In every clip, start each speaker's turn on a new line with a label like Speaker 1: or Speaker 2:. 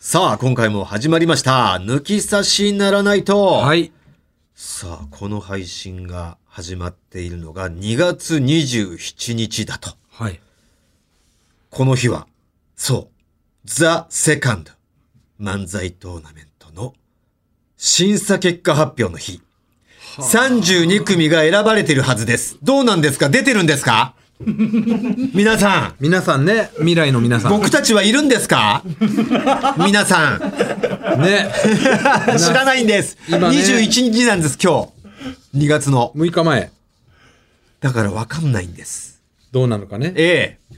Speaker 1: さあ、今回も始まりました。抜き差しならないと。
Speaker 2: はい。
Speaker 1: さあ、この配信が始まっているのが2月27日だと。
Speaker 2: はい。
Speaker 1: この日は、そう、ザ・セカンド漫才トーナメントの審査結果発表の日。32組が選ばれてるはずです。どうなんですか出てるんです か皆さん。
Speaker 2: 皆さんね、未来の皆さん。
Speaker 1: 僕たちはいるんですか皆さん。
Speaker 2: ね。
Speaker 1: 知らないんです。
Speaker 2: 今ね
Speaker 1: 21日なんです、今日。2月の。
Speaker 2: 6日前、
Speaker 1: だからわかんないんです。
Speaker 2: どうなのかね。
Speaker 1: ええ。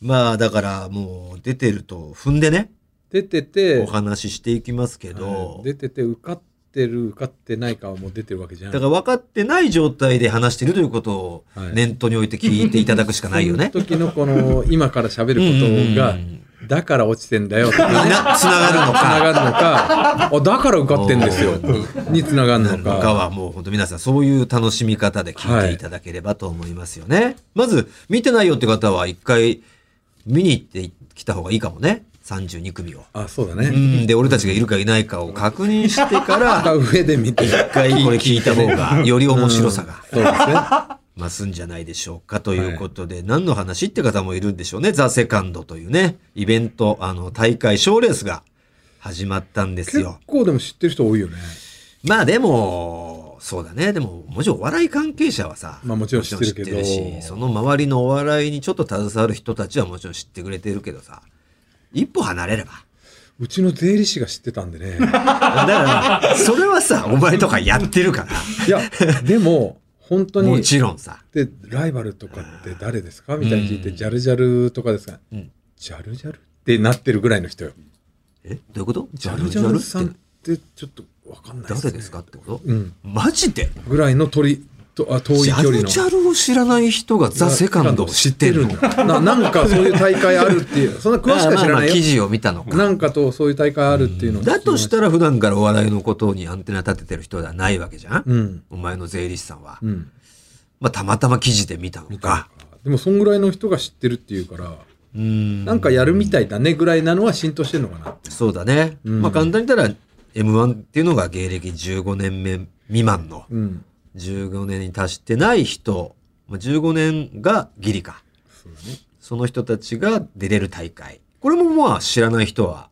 Speaker 1: まあ、だからもう出てると踏んでね、
Speaker 2: 出てて、
Speaker 1: お話ししていきますけど、
Speaker 2: 出てて、受かってる、受かってないかはもう出てるわけじゃん。
Speaker 1: だから分かってない状態で話してるということを
Speaker 2: はい
Speaker 1: 念頭に置いて聞いていただくしかないよね。
Speaker 2: その時のこの、今から喋ること
Speaker 1: う
Speaker 2: が
Speaker 1: んうん、
Speaker 2: だから落ちてんだよと
Speaker 1: つ
Speaker 2: かね。
Speaker 1: な繋がるの
Speaker 2: つな
Speaker 1: か。
Speaker 2: がるのか、あ、だから受かってんですよ。につながる
Speaker 1: な
Speaker 2: の
Speaker 1: ん
Speaker 2: か。
Speaker 1: かはもう本当皆さんそういう楽しみ方で聞いていただければと思いますよね。まず見てないよって方は一回見に行ってきた方がいいかもね。32組を。
Speaker 2: あ、そうだ
Speaker 1: う
Speaker 2: ね。
Speaker 1: ん。で、俺たちがいるかいないかを確認してか
Speaker 2: あ
Speaker 1: ら、
Speaker 2: 上で見て。
Speaker 1: 一回これ聞いた方がより面白さが
Speaker 2: そうですね。
Speaker 1: 増すんじゃないでしょうかということで、何の話って方もいるんでしょうね。ザ・セカンドというね、イベント、あの、大会、賞レースが始まったんです
Speaker 2: 結
Speaker 1: よ。
Speaker 2: 構でも知ってる人多いよね。
Speaker 1: まあでも、そうだね。でも、もちろんお笑い関係者はさ、
Speaker 2: まあもちろん知ってるけど
Speaker 1: もちろん知ってるし、その周りのお笑いにちょっと携わる人たちはもちろん知ってくれてるけどさ、一歩離れれば。
Speaker 2: うちの税理士が知ってたんでね。
Speaker 1: だから、それはさ、お前とかやってるか
Speaker 2: いや、でも、本当
Speaker 1: ら。も
Speaker 2: に。
Speaker 1: ちろんさ。
Speaker 2: で、ライバルとかって誰ですかみたいに聞いて、ジャルジャルとかですか
Speaker 1: うん
Speaker 2: ジャルジャルってなってるぐらいの人よ。
Speaker 1: えどういうこと
Speaker 2: ジャルジャルさんっ
Speaker 1: って
Speaker 2: てちょっとわかんない
Speaker 1: 誰ですかってこと
Speaker 2: うん。
Speaker 1: マジで
Speaker 2: ぐらいの鳥と、あ、遠い
Speaker 1: ジ
Speaker 2: 距
Speaker 1: ャ
Speaker 2: 離
Speaker 1: ル
Speaker 2: の。
Speaker 1: ジャルを知らない人がザ・セカンドを知って るの
Speaker 2: 知ってるんだななんかそういう大会あるっ ていう。そんな詳しくは知
Speaker 1: まあまあ
Speaker 2: ら
Speaker 1: ま
Speaker 2: な
Speaker 1: あ
Speaker 2: い
Speaker 1: 記
Speaker 2: よ。
Speaker 1: 事を見たのか。
Speaker 2: なんかとそういう大会あるっていうのを聞きま
Speaker 1: だ
Speaker 2: た
Speaker 1: としたら普段からお笑いのことにアンテナ立ててる人ではないわけじゃん、
Speaker 2: うん。
Speaker 1: お前の税理士さんは。
Speaker 2: うん。
Speaker 1: まあ、たまたま記事で見たの
Speaker 2: みたいな
Speaker 1: か。。
Speaker 2: でも、そんぐらいの人が知ってるっていうから、
Speaker 1: うん
Speaker 2: なんかやるみたいだねぐらいなのは浸透してんのかなって。
Speaker 1: そうだね。
Speaker 2: うん
Speaker 1: まあ、簡単に言ったら、M1 っていうのが芸歴15年目未満の、
Speaker 2: うん。
Speaker 1: 15年に達してない人、まあ15年がギリか。
Speaker 2: そうだね。
Speaker 1: その人たちが出れる大会。これもまあ知らない人は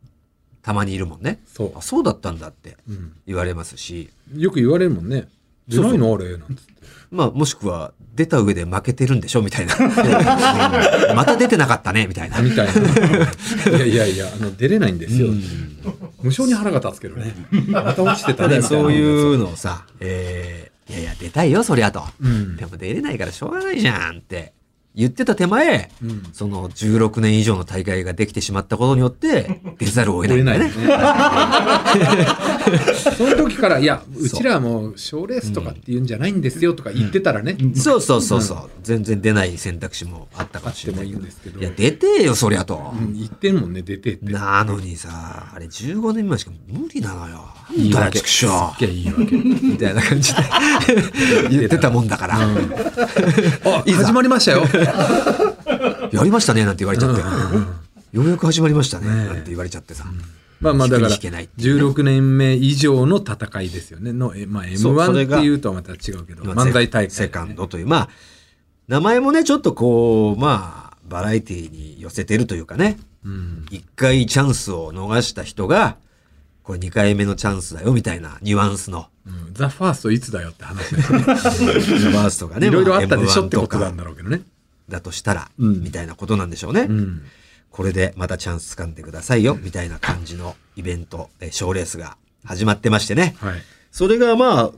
Speaker 1: たまにいるもんね。
Speaker 2: そう
Speaker 1: あ、そうだったんだって
Speaker 2: うん。
Speaker 1: 言われますし、
Speaker 2: よく言われるもんね。出ないのあれなんつって。
Speaker 1: まあもしくは出た上で負けてるんでしょみたいな。うんまた出てなかったねみたいな。
Speaker 2: みたいな。いやいやいや、あの、出れないんですよ。無性に腹が立つけどね。また落ちてた
Speaker 1: ただ
Speaker 2: ね。み た
Speaker 1: そう
Speaker 2: う。
Speaker 1: いうのをさ、えー、いやいや出たいよそりゃと。
Speaker 2: うん
Speaker 1: で。も出れないからしょうがないじゃんって言ってた手前、
Speaker 2: うん
Speaker 1: その16年以上の大会ができてしまったことによって出ざるを得ない
Speaker 2: 出
Speaker 1: んだ
Speaker 2: ない
Speaker 1: よ
Speaker 2: ね
Speaker 1: ね。。
Speaker 2: その時から、いや、うちらはもう賞レースとかって言うんじゃないんですよとか言ってたらね。
Speaker 1: そうそうそうそう、全然出ない選択肢もあったかもしれない
Speaker 2: あってもいいんですけど
Speaker 1: いや出てえよそりゃと、
Speaker 2: うん言ってんもんね、出てって。
Speaker 1: なのにさあれ15年前しか無理なのよ
Speaker 2: いいわ
Speaker 1: なんだ
Speaker 2: け
Speaker 1: よ畜生
Speaker 2: いや、いいわけ。
Speaker 1: みたいな感 じで言ってたもんだから、
Speaker 2: あ、
Speaker 1: いざ
Speaker 2: 始まりましたよ。
Speaker 1: やりましたねなんて言われちゃって、ようやく始まりましたねなんて言われちゃってさ、
Speaker 2: まあまあだから
Speaker 1: 引くに引けないって
Speaker 2: 16年目以上の戦いですよね。の、えまあ
Speaker 1: そうそ
Speaker 2: M1
Speaker 1: れ
Speaker 2: っ
Speaker 1: が
Speaker 2: ていうとはまた違うけど、
Speaker 1: まあ
Speaker 2: 漫才大会。
Speaker 1: セセカンドというまあ名前もねちょっとこうまあバラエティに寄せてるというかね
Speaker 2: うん。
Speaker 1: 一回チャンスを逃した人がこれ二回目のチャンスだよみたいなニュアンスの
Speaker 2: うんザ・ファーストいつだよって 話だよね。
Speaker 1: バースとかね
Speaker 2: いろいろあったでし
Speaker 1: ま
Speaker 2: ょってこと
Speaker 1: まあ
Speaker 2: な
Speaker 1: M1
Speaker 2: ん
Speaker 1: とか
Speaker 2: だろうけどね。
Speaker 1: だとしたら、
Speaker 2: うん
Speaker 1: みたいなことなんでしょうね、
Speaker 2: うん。
Speaker 1: これでまたチャンス掴んでくださいよみたいな感じのイベントえー賞レースが始まってましてね
Speaker 2: はい。
Speaker 1: それがまあ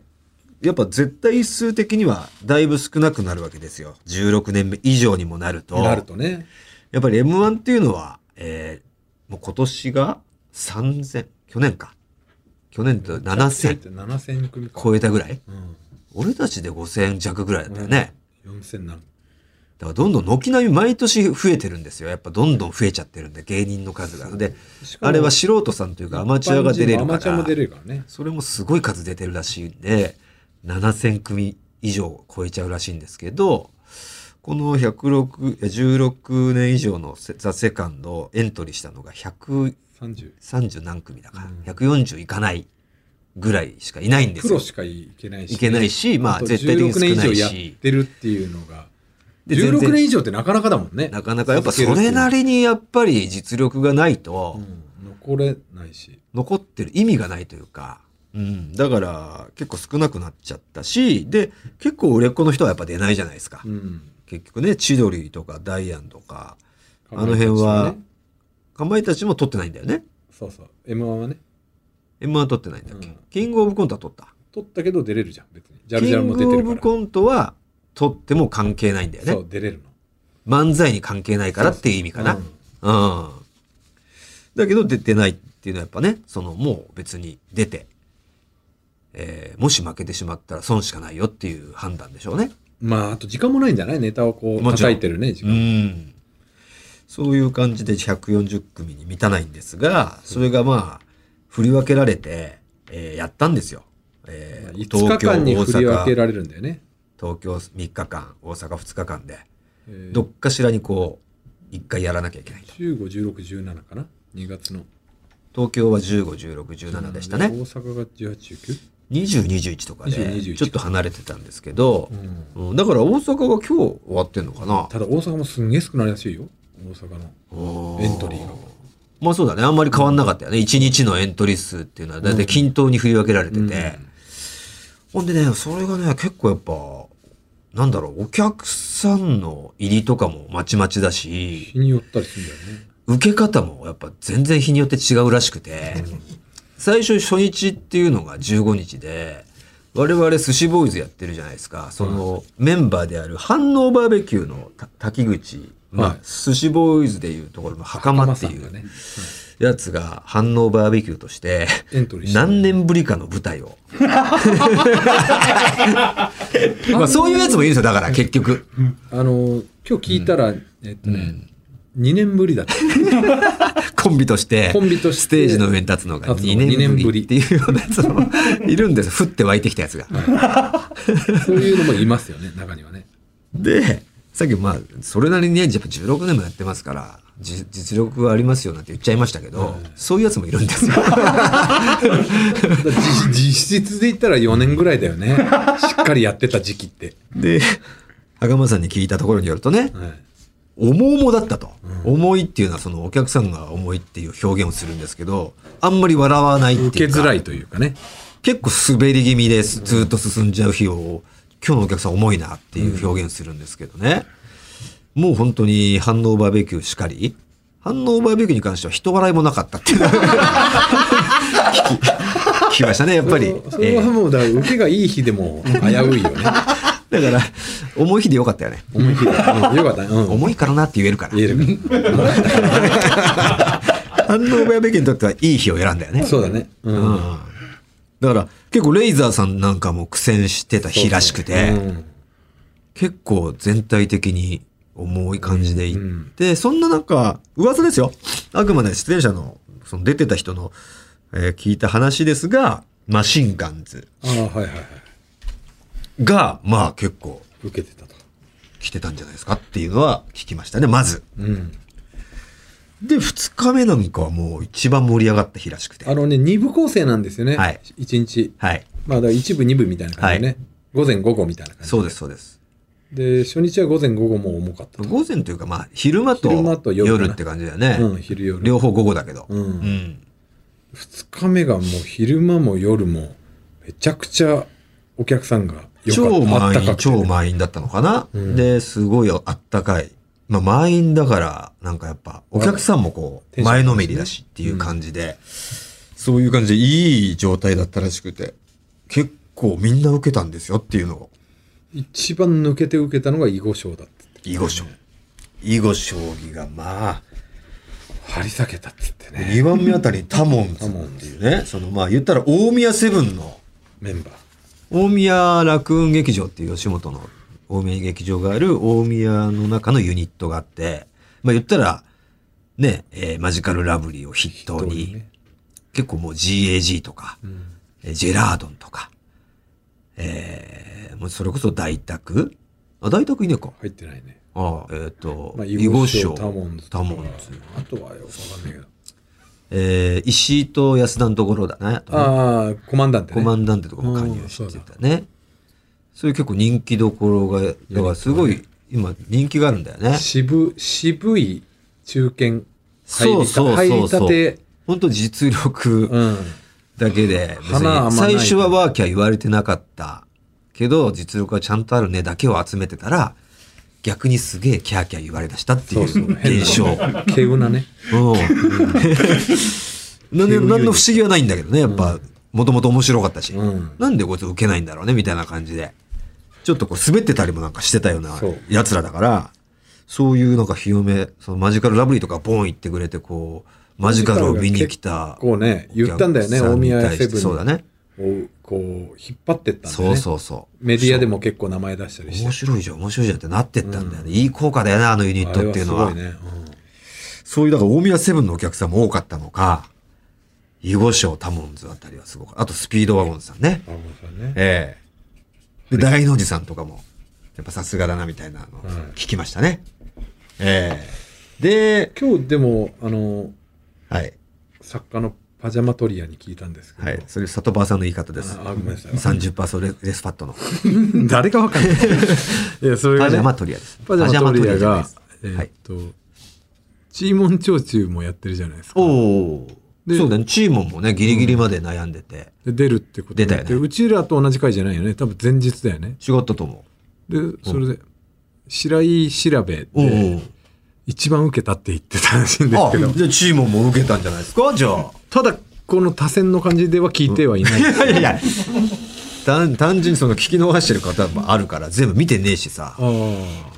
Speaker 1: やっぱ絶対数的にはだいぶ少なくなるわけですよ16年目以上にもなると
Speaker 2: なるとね。
Speaker 1: やっぱり M1 っていうのは、えーもう今年が3000、去年か。去年と7000
Speaker 2: って7000組か。
Speaker 1: 超えたぐらい
Speaker 2: うん。
Speaker 1: 俺たちで5000弱ぐらいだったよね。
Speaker 2: 4000なの。
Speaker 1: だからどんどん軒並み毎年増えてるんですよ。やっぱどんどん増えちゃってるんで、芸人の数が。で、
Speaker 2: しかも
Speaker 1: あれは素人さんというかアマチュアが出れる
Speaker 2: ア
Speaker 1: か
Speaker 2: マチュアも出
Speaker 1: ら、
Speaker 2: れるからね。
Speaker 1: それもすごい数出てるらしいんで、7000組以上超えちゃうらしいんですけど、この106え16年以上のセザ・セカンドをエントリーしたのが104
Speaker 2: 30
Speaker 1: 30何組だから
Speaker 2: うん、
Speaker 1: 140いかないぐらいしかいないんです
Speaker 2: プロ
Speaker 1: よ。
Speaker 2: しかいけないし、
Speaker 1: いけないし、まあ
Speaker 2: と
Speaker 1: 絶対的に
Speaker 2: 16
Speaker 1: 少
Speaker 2: 年
Speaker 1: ない
Speaker 2: 以上やっ
Speaker 1: し、
Speaker 2: てるっていうのが
Speaker 1: で全
Speaker 2: 16
Speaker 1: 然
Speaker 2: 年以上ってなかなかだもんね
Speaker 1: なかなかやっぱそれなりにやっぱり実力がないと
Speaker 2: う、ん残れないし
Speaker 1: 残ってる意味がないというか、うん、だから結構少なくなっちゃったし、で、結構売れっ子の人はやっぱ出ないじゃないですか。
Speaker 2: うん
Speaker 1: 結局ね、千鳥とかダイアンとか、
Speaker 2: か
Speaker 1: あの辺はかまいたちも撮ってないんだよね。
Speaker 2: そうそう m 1はね
Speaker 1: M1 撮ってないんだっけ、
Speaker 2: うん
Speaker 1: キングオブコントは撮った。
Speaker 2: 取ったけど出れるじゃん別にジャル
Speaker 1: キ
Speaker 2: ジャル
Speaker 1: ン
Speaker 2: も出て
Speaker 1: グオ
Speaker 2: るか
Speaker 1: ブ
Speaker 2: ら
Speaker 1: コントは撮っても関係ないんだよ
Speaker 2: そ
Speaker 1: ね。
Speaker 2: う出れるの
Speaker 1: 漫才に関係ないからっていう意味かな。
Speaker 2: う
Speaker 1: うんん。だけど出てないっていうのはやっぱね、そのもう別に出て、えーもし負けてしまったら損しかないよっていう判断でしょうね。
Speaker 2: まああと時間もないんじゃないネタをこう
Speaker 1: もちろん
Speaker 2: 叩いてるね時
Speaker 1: う
Speaker 2: 間
Speaker 1: ん。そういう感じで140組に満たないんですが、それがまあ、振り分けられて、えーやったんですよ。えー
Speaker 2: 5日間に振り分け
Speaker 1: 東
Speaker 2: られるんだよね
Speaker 1: 京3日間、大阪2日間で、
Speaker 2: えー
Speaker 1: どっかしらにこう、一回やらなきゃいけないと。
Speaker 2: 151617かな2月の
Speaker 1: 東京は15、16、17でした
Speaker 2: 大
Speaker 1: ね。
Speaker 2: 阪が1819
Speaker 1: 20、21とか
Speaker 2: 20 21
Speaker 1: で、ちょっと離れてたんですけど
Speaker 2: う、ん
Speaker 1: うんだから大阪は今日終わってんのかな
Speaker 2: ただ大阪もすんげえ少ないらしいよ大阪のエントリーが
Speaker 1: まあそうだね。あんまり変わんなかったよね。1日のエントリー数っていうのは大体均等に振り分けられてて。
Speaker 2: うん
Speaker 1: ほんでね、それがね、結構やっぱ、なんだろう、お客さんの入りとかもまちまちだし、
Speaker 2: 日によったりするんだよね
Speaker 1: 受け方もやっぱ全然日によって違うらしくて、最初初日っていうのが15日で、我々寿司ボーイズやってるじゃないですか。そのメンバーである反応バーベキューのた滝口、まあ、
Speaker 2: はい
Speaker 1: 寿司ボーイズでいうところの袴ってい
Speaker 2: 浜さん
Speaker 1: う
Speaker 2: がね
Speaker 1: やつが反応バーベキューとして、
Speaker 2: エントリーして
Speaker 1: 何年ぶりかの舞台 を。まあそういうやつもいるんですよ、だから結局。
Speaker 2: あの今日聞いたら、えっとね、2年ぶりだった
Speaker 1: コンビとして、
Speaker 2: コンビとして
Speaker 1: ステージの上に立つのが
Speaker 2: 立つの
Speaker 1: 2年ぶりっ
Speaker 2: 二
Speaker 1: ていうようなやつもいるんですよ。降って湧いてきたやつが。
Speaker 2: そういうのもいますよね 中にはね
Speaker 1: で、さっきまあ、それなりにね、やっぱ16年もやってますから、じ実力はありますよなんて言っちゃいましたけど、そういうやつもいるんです よ。
Speaker 2: だから実実質で言ったら4年ぐらいだよ ねしっかりやってた時期って、
Speaker 1: で、袴さんに聞いたところによるとね、
Speaker 2: はい
Speaker 1: 重々だったと。重いっていうのはそのお客さんが重いっていう表現をするんですけど、あんまり笑わないっていうか。
Speaker 2: 受けづらいというかね
Speaker 1: 結構滑り気味です。ずっと進んじゃう日を、今日のお客さん重いなっていう表現するんですけどね。もう本当に反応バーベキューしかり、反応バーベキューに関しては人笑いもなかったっていう のが聞き聞きましたね、やっぱり。
Speaker 2: そそれは
Speaker 1: え
Speaker 2: もうだから受けがいい日でも危ういよね
Speaker 1: えだから、重い日でよかったよね。
Speaker 2: 思い切り、うんよかったね、うん、
Speaker 1: 重いからなって言えるから。
Speaker 2: 言えるか
Speaker 1: 反応バーベキューにとってはいい日を選んだよね
Speaker 2: ら。そうだね、う
Speaker 1: う
Speaker 2: ん
Speaker 1: んだから結構レイザーさんなんかも苦戦してた日らしくて、
Speaker 2: うん
Speaker 1: 結構全体的に重い感じでいって、そんな中、噂ですよ。あくまで出演者の、その出てた人の、えー聞いた話ですが、マシンガンズ
Speaker 2: ああはいはいはい
Speaker 1: が、まあ結構
Speaker 2: 受けてたと
Speaker 1: 来てたんじゃないですかっていうのは聞きましたね、まず。
Speaker 2: うん
Speaker 1: で、二日目なんかはもう一番盛り上がった日らしくて。
Speaker 2: あのね2部構成なんですよね、
Speaker 1: はい
Speaker 2: 1日
Speaker 1: はい。
Speaker 2: まあ、だから一部、二部みたいな感じでね、午前、午後みたいな感じ
Speaker 1: そうです、そうです。
Speaker 2: で、初日は午前、午後も重かったと。
Speaker 1: 午前というか、まあ、昼間と
Speaker 2: 昼間と夜かな
Speaker 1: 夜って感じだよね。
Speaker 2: うん、昼夜。
Speaker 1: 両方午後だけど。
Speaker 2: うん
Speaker 1: うん。
Speaker 2: 2日目がもう昼間も夜も、めちゃくちゃお客さんが良か
Speaker 1: 超
Speaker 2: った。あっ
Speaker 1: 満
Speaker 2: たか
Speaker 1: 員、
Speaker 2: くて
Speaker 1: 超満員だったのかな、
Speaker 2: うん
Speaker 1: で、すごいあったかい。まあ、満員だから、なんかやっぱ、お客さんもこ
Speaker 2: テ
Speaker 1: う、
Speaker 2: ンション
Speaker 1: 前のめりだしっていう感じで、そういう感じでいい状態だったらしくて、結構みんな受けたんですよっていうのを。
Speaker 2: 一番抜けて受けたのが囲碁賞だっつって。
Speaker 1: 囲碁将棋。囲碁将棋がま
Speaker 2: 張り裂けたっつって
Speaker 1: あ、
Speaker 2: ね。
Speaker 1: 2番目あたりにタモンズっていうね、そのまあ言ったら大宮セブンの、
Speaker 2: メンバー。
Speaker 1: 大宮楽雲劇場っていう吉本の大宮劇場がある大宮の中のユニットがあって、まあ言ったら、ね、えーマジカルラブリーを筆頭
Speaker 2: どうい
Speaker 1: に、
Speaker 2: うね
Speaker 1: 結構もう GAG とか、
Speaker 2: うん
Speaker 1: えージェラードンとか、えーもうそれこそ大宅あ、大宅いねえか。
Speaker 2: 入ってないね。
Speaker 1: ああえっ、と
Speaker 2: まあ、、囲
Speaker 1: 囲碁
Speaker 2: 碁賞、
Speaker 1: 賞、
Speaker 2: タモンズ
Speaker 1: タ
Speaker 2: とか。
Speaker 1: モンズ。
Speaker 2: あとはよくわかんないけど。
Speaker 1: えー石井と安田のところだな、あとね
Speaker 2: ああ、コマンダンって、ね。
Speaker 1: コマンダンテとかも加入してたね。そういう結構人気どころが、だからすごい今人気があるんだよね。
Speaker 2: 渋、渋い中堅。
Speaker 1: そうそう
Speaker 2: 入
Speaker 1: そう
Speaker 2: りた
Speaker 1: そう。
Speaker 2: て。
Speaker 1: 本当実力
Speaker 2: うん。
Speaker 1: だけで、別
Speaker 2: 花はあんま
Speaker 1: に
Speaker 2: ない
Speaker 1: 最初はワーキャー言われてなかったけど、実力はちゃんとあるねだけを集めてたら、逆にすげえキャーキャー言われだしたっていう 現象。
Speaker 2: 稀有なね。
Speaker 1: うん。 なんで、なんの不思議はないんだけどね、やっぱ、もともと面白かったし、
Speaker 2: うん
Speaker 1: なんでこいつ受けないんだろうね、みたいな感じで。ちょっとこう滑ってたりもなんかしてたような
Speaker 2: そう
Speaker 1: 奴らだから、そういうなんかひよめ、そのマジカルラブリーとかボン行ってくれて、こう、マジカルを見に来た。
Speaker 2: こうね、言ったんだよね、大宮セブン
Speaker 1: そうだね。
Speaker 2: をこう、引っ張ってったんだよ
Speaker 1: そ
Speaker 2: ね。
Speaker 1: うそうそう。
Speaker 2: メディアでも結構名前出したりして
Speaker 1: 面。白いじゃん、面白いじゃんってなってったんだよね。いい効果だよな、あのユニッ
Speaker 2: あれ
Speaker 1: トっていうのは
Speaker 2: すごい。ね。
Speaker 1: そういう、だから大宮セブンのお客さんも多かったのか、囲碁賞タモンズあたりはすごかった。あとスピードワゴンズさんね。
Speaker 2: うん。あ、ごめんなさいね。
Speaker 1: ええで、大の字さんとかも、やっぱさすがだなみたいなのを
Speaker 2: うん
Speaker 1: 聞きましたね。ええで、
Speaker 2: 今日でも、あの、
Speaker 1: はい。
Speaker 2: 作家のパジャマトリアに聞いたんですけど。
Speaker 1: はい。それ、里場さんの言い方です。
Speaker 2: あ、あごめんな さい。
Speaker 1: 30%レレスパットの。
Speaker 2: 誰かわかんない。 いや、それが、
Speaker 1: パ
Speaker 2: ね、
Speaker 1: ジャマトリアです。
Speaker 2: パジャマトリア
Speaker 1: パジャマ
Speaker 2: が
Speaker 1: トリ、アじ
Speaker 2: え
Speaker 1: ゃない
Speaker 2: ー
Speaker 1: で
Speaker 2: っ
Speaker 1: す
Speaker 2: と、チーモン長中もやってるじゃないですか。
Speaker 1: はい。おお。
Speaker 2: で
Speaker 1: そうだね。チーモンもね、ギリギリまで悩んでて、
Speaker 2: で出るってことになっ
Speaker 1: 出
Speaker 2: て
Speaker 1: たよね
Speaker 2: うちらと同じ回じゃないよね。多分前日だよね。
Speaker 1: 違ったと思
Speaker 2: で、それで、白井調べ
Speaker 1: う。お
Speaker 2: で、
Speaker 1: お。
Speaker 2: 一番受けたって言ってたらしいんです
Speaker 1: あ
Speaker 2: けど、、
Speaker 1: じゃあチーモンも受けたんじゃないですかじゃあ。
Speaker 2: ただ、この多選の感じでは聞いては いない。
Speaker 1: いやいやいや単単純にその聞き逃してる方もあるから全部見てねえしさ
Speaker 2: ああ。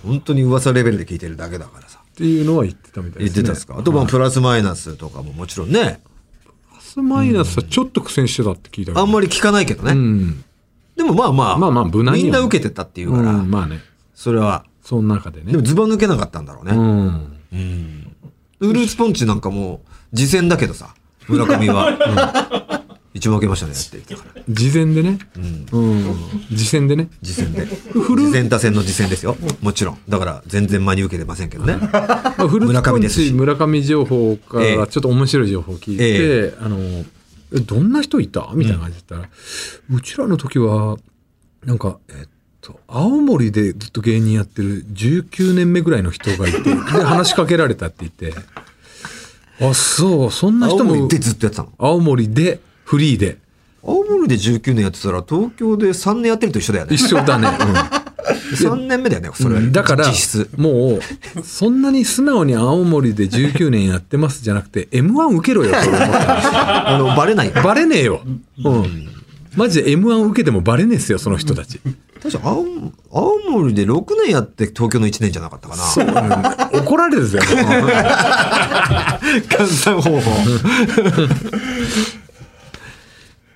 Speaker 1: 本当に噂レベルで聞いてるだけだからさ
Speaker 2: っていうのは言ってたみたい
Speaker 1: 言っ
Speaker 2: です、
Speaker 1: て
Speaker 2: ね。
Speaker 1: たんですかあとまあ
Speaker 2: はい
Speaker 1: プラスマイナスとかももちろんね
Speaker 2: プラスマイナスはちょっと苦戦してたって聞いたけど
Speaker 1: あんまり聞かないけど
Speaker 2: う
Speaker 1: ね
Speaker 2: ん。
Speaker 1: でもまあまあ
Speaker 2: まあまあ無難にはね
Speaker 1: みんな受けてたっていうから
Speaker 2: うんまあね。
Speaker 1: それは
Speaker 2: その中でね。
Speaker 1: でもズバ抜けなかったんだろう
Speaker 2: う
Speaker 1: ね
Speaker 2: ん。
Speaker 1: うんウルーツポンチなんかもう次戦だけどさ村上は、うん一番受けましたねって言ってたから
Speaker 2: 事前でね。うん。事前でね。
Speaker 1: 次戦で次戦打線の次戦ですよもちろんだから全然真に受けてませんけどね
Speaker 2: ま あ、フルーツポ
Speaker 1: 村上
Speaker 2: ン
Speaker 1: です
Speaker 2: チ
Speaker 1: し
Speaker 2: 村上情報か
Speaker 1: ええ
Speaker 2: らちょっと面白い情報を聞いて、
Speaker 1: え
Speaker 2: あの、えどんな人いたみたいな感じだったら、うちらの時は、なんか、えっと、青森でずっと芸人やってる19年目ぐらいの人がい て、で、話しかけられたって言って、あ、そう、そんな
Speaker 1: 青
Speaker 2: 人
Speaker 1: 森
Speaker 2: も
Speaker 1: で、ずっとやってたの
Speaker 2: 青森で、フリーで、
Speaker 1: 青森で19年やってたら東京で3年やってると一緒だよね
Speaker 2: 一緒 だね。うん
Speaker 1: 3年目だよねそれ、
Speaker 2: だから
Speaker 1: 実質
Speaker 2: もうそんなに素直に青森で19年やってますじゃなくて m 1受けろよと俺思 った
Speaker 1: あのバレない確か
Speaker 2: バレねえよ、うん、マジで m 1受けてもバレねえっすよその人たち
Speaker 1: 青青森で6年やって東京の1年じゃなかったかな
Speaker 2: そう、うん怒られるぜ
Speaker 1: 簡単方法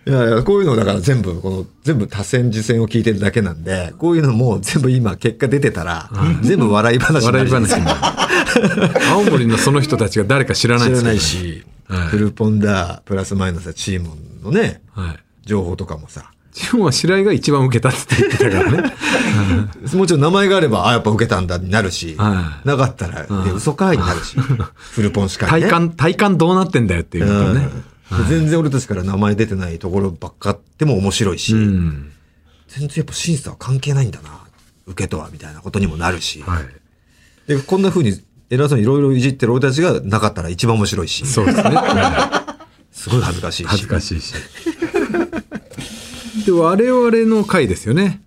Speaker 1: いやいやこういうのだから全部この全部多線次線を聞いてるだけなんでこういうのも全部今結果出てたら全部笑い話にな
Speaker 2: 笑い
Speaker 1: るじゃないです
Speaker 2: 話
Speaker 1: か
Speaker 2: になる青森のその人たちが誰か知らない
Speaker 1: 知
Speaker 2: で
Speaker 1: ら
Speaker 2: す
Speaker 1: ない
Speaker 2: よ
Speaker 1: し、
Speaker 2: はい
Speaker 1: フルポンだプラスマイナスチームのね
Speaker 2: はい
Speaker 1: 情報とかもさ
Speaker 2: 自分は白井が一番受けたって言ってた からね。
Speaker 1: もちろん名前があれば、あ、やっぱ受けたんだになるし、
Speaker 2: はい
Speaker 1: なかったら、いや嘘かいになる し、フルポンしかり
Speaker 2: 体
Speaker 1: ね。
Speaker 2: 感、体感どうなってんだよっていうことね。
Speaker 1: うん全然俺たちから名前出てないところばっかあっても面白いし、
Speaker 2: うん。
Speaker 1: 全然やっぱ審査は関係ないんだな、受けとは、みたいなことにもなるし、
Speaker 2: はい。
Speaker 1: でこんな風に偉そうにいろいろいじってる俺たちがなかったら一番面白いし、
Speaker 2: そうですね。うん
Speaker 1: すごい恥ずかしいし。
Speaker 2: 恥ずかしいし。で我々の回ですよね。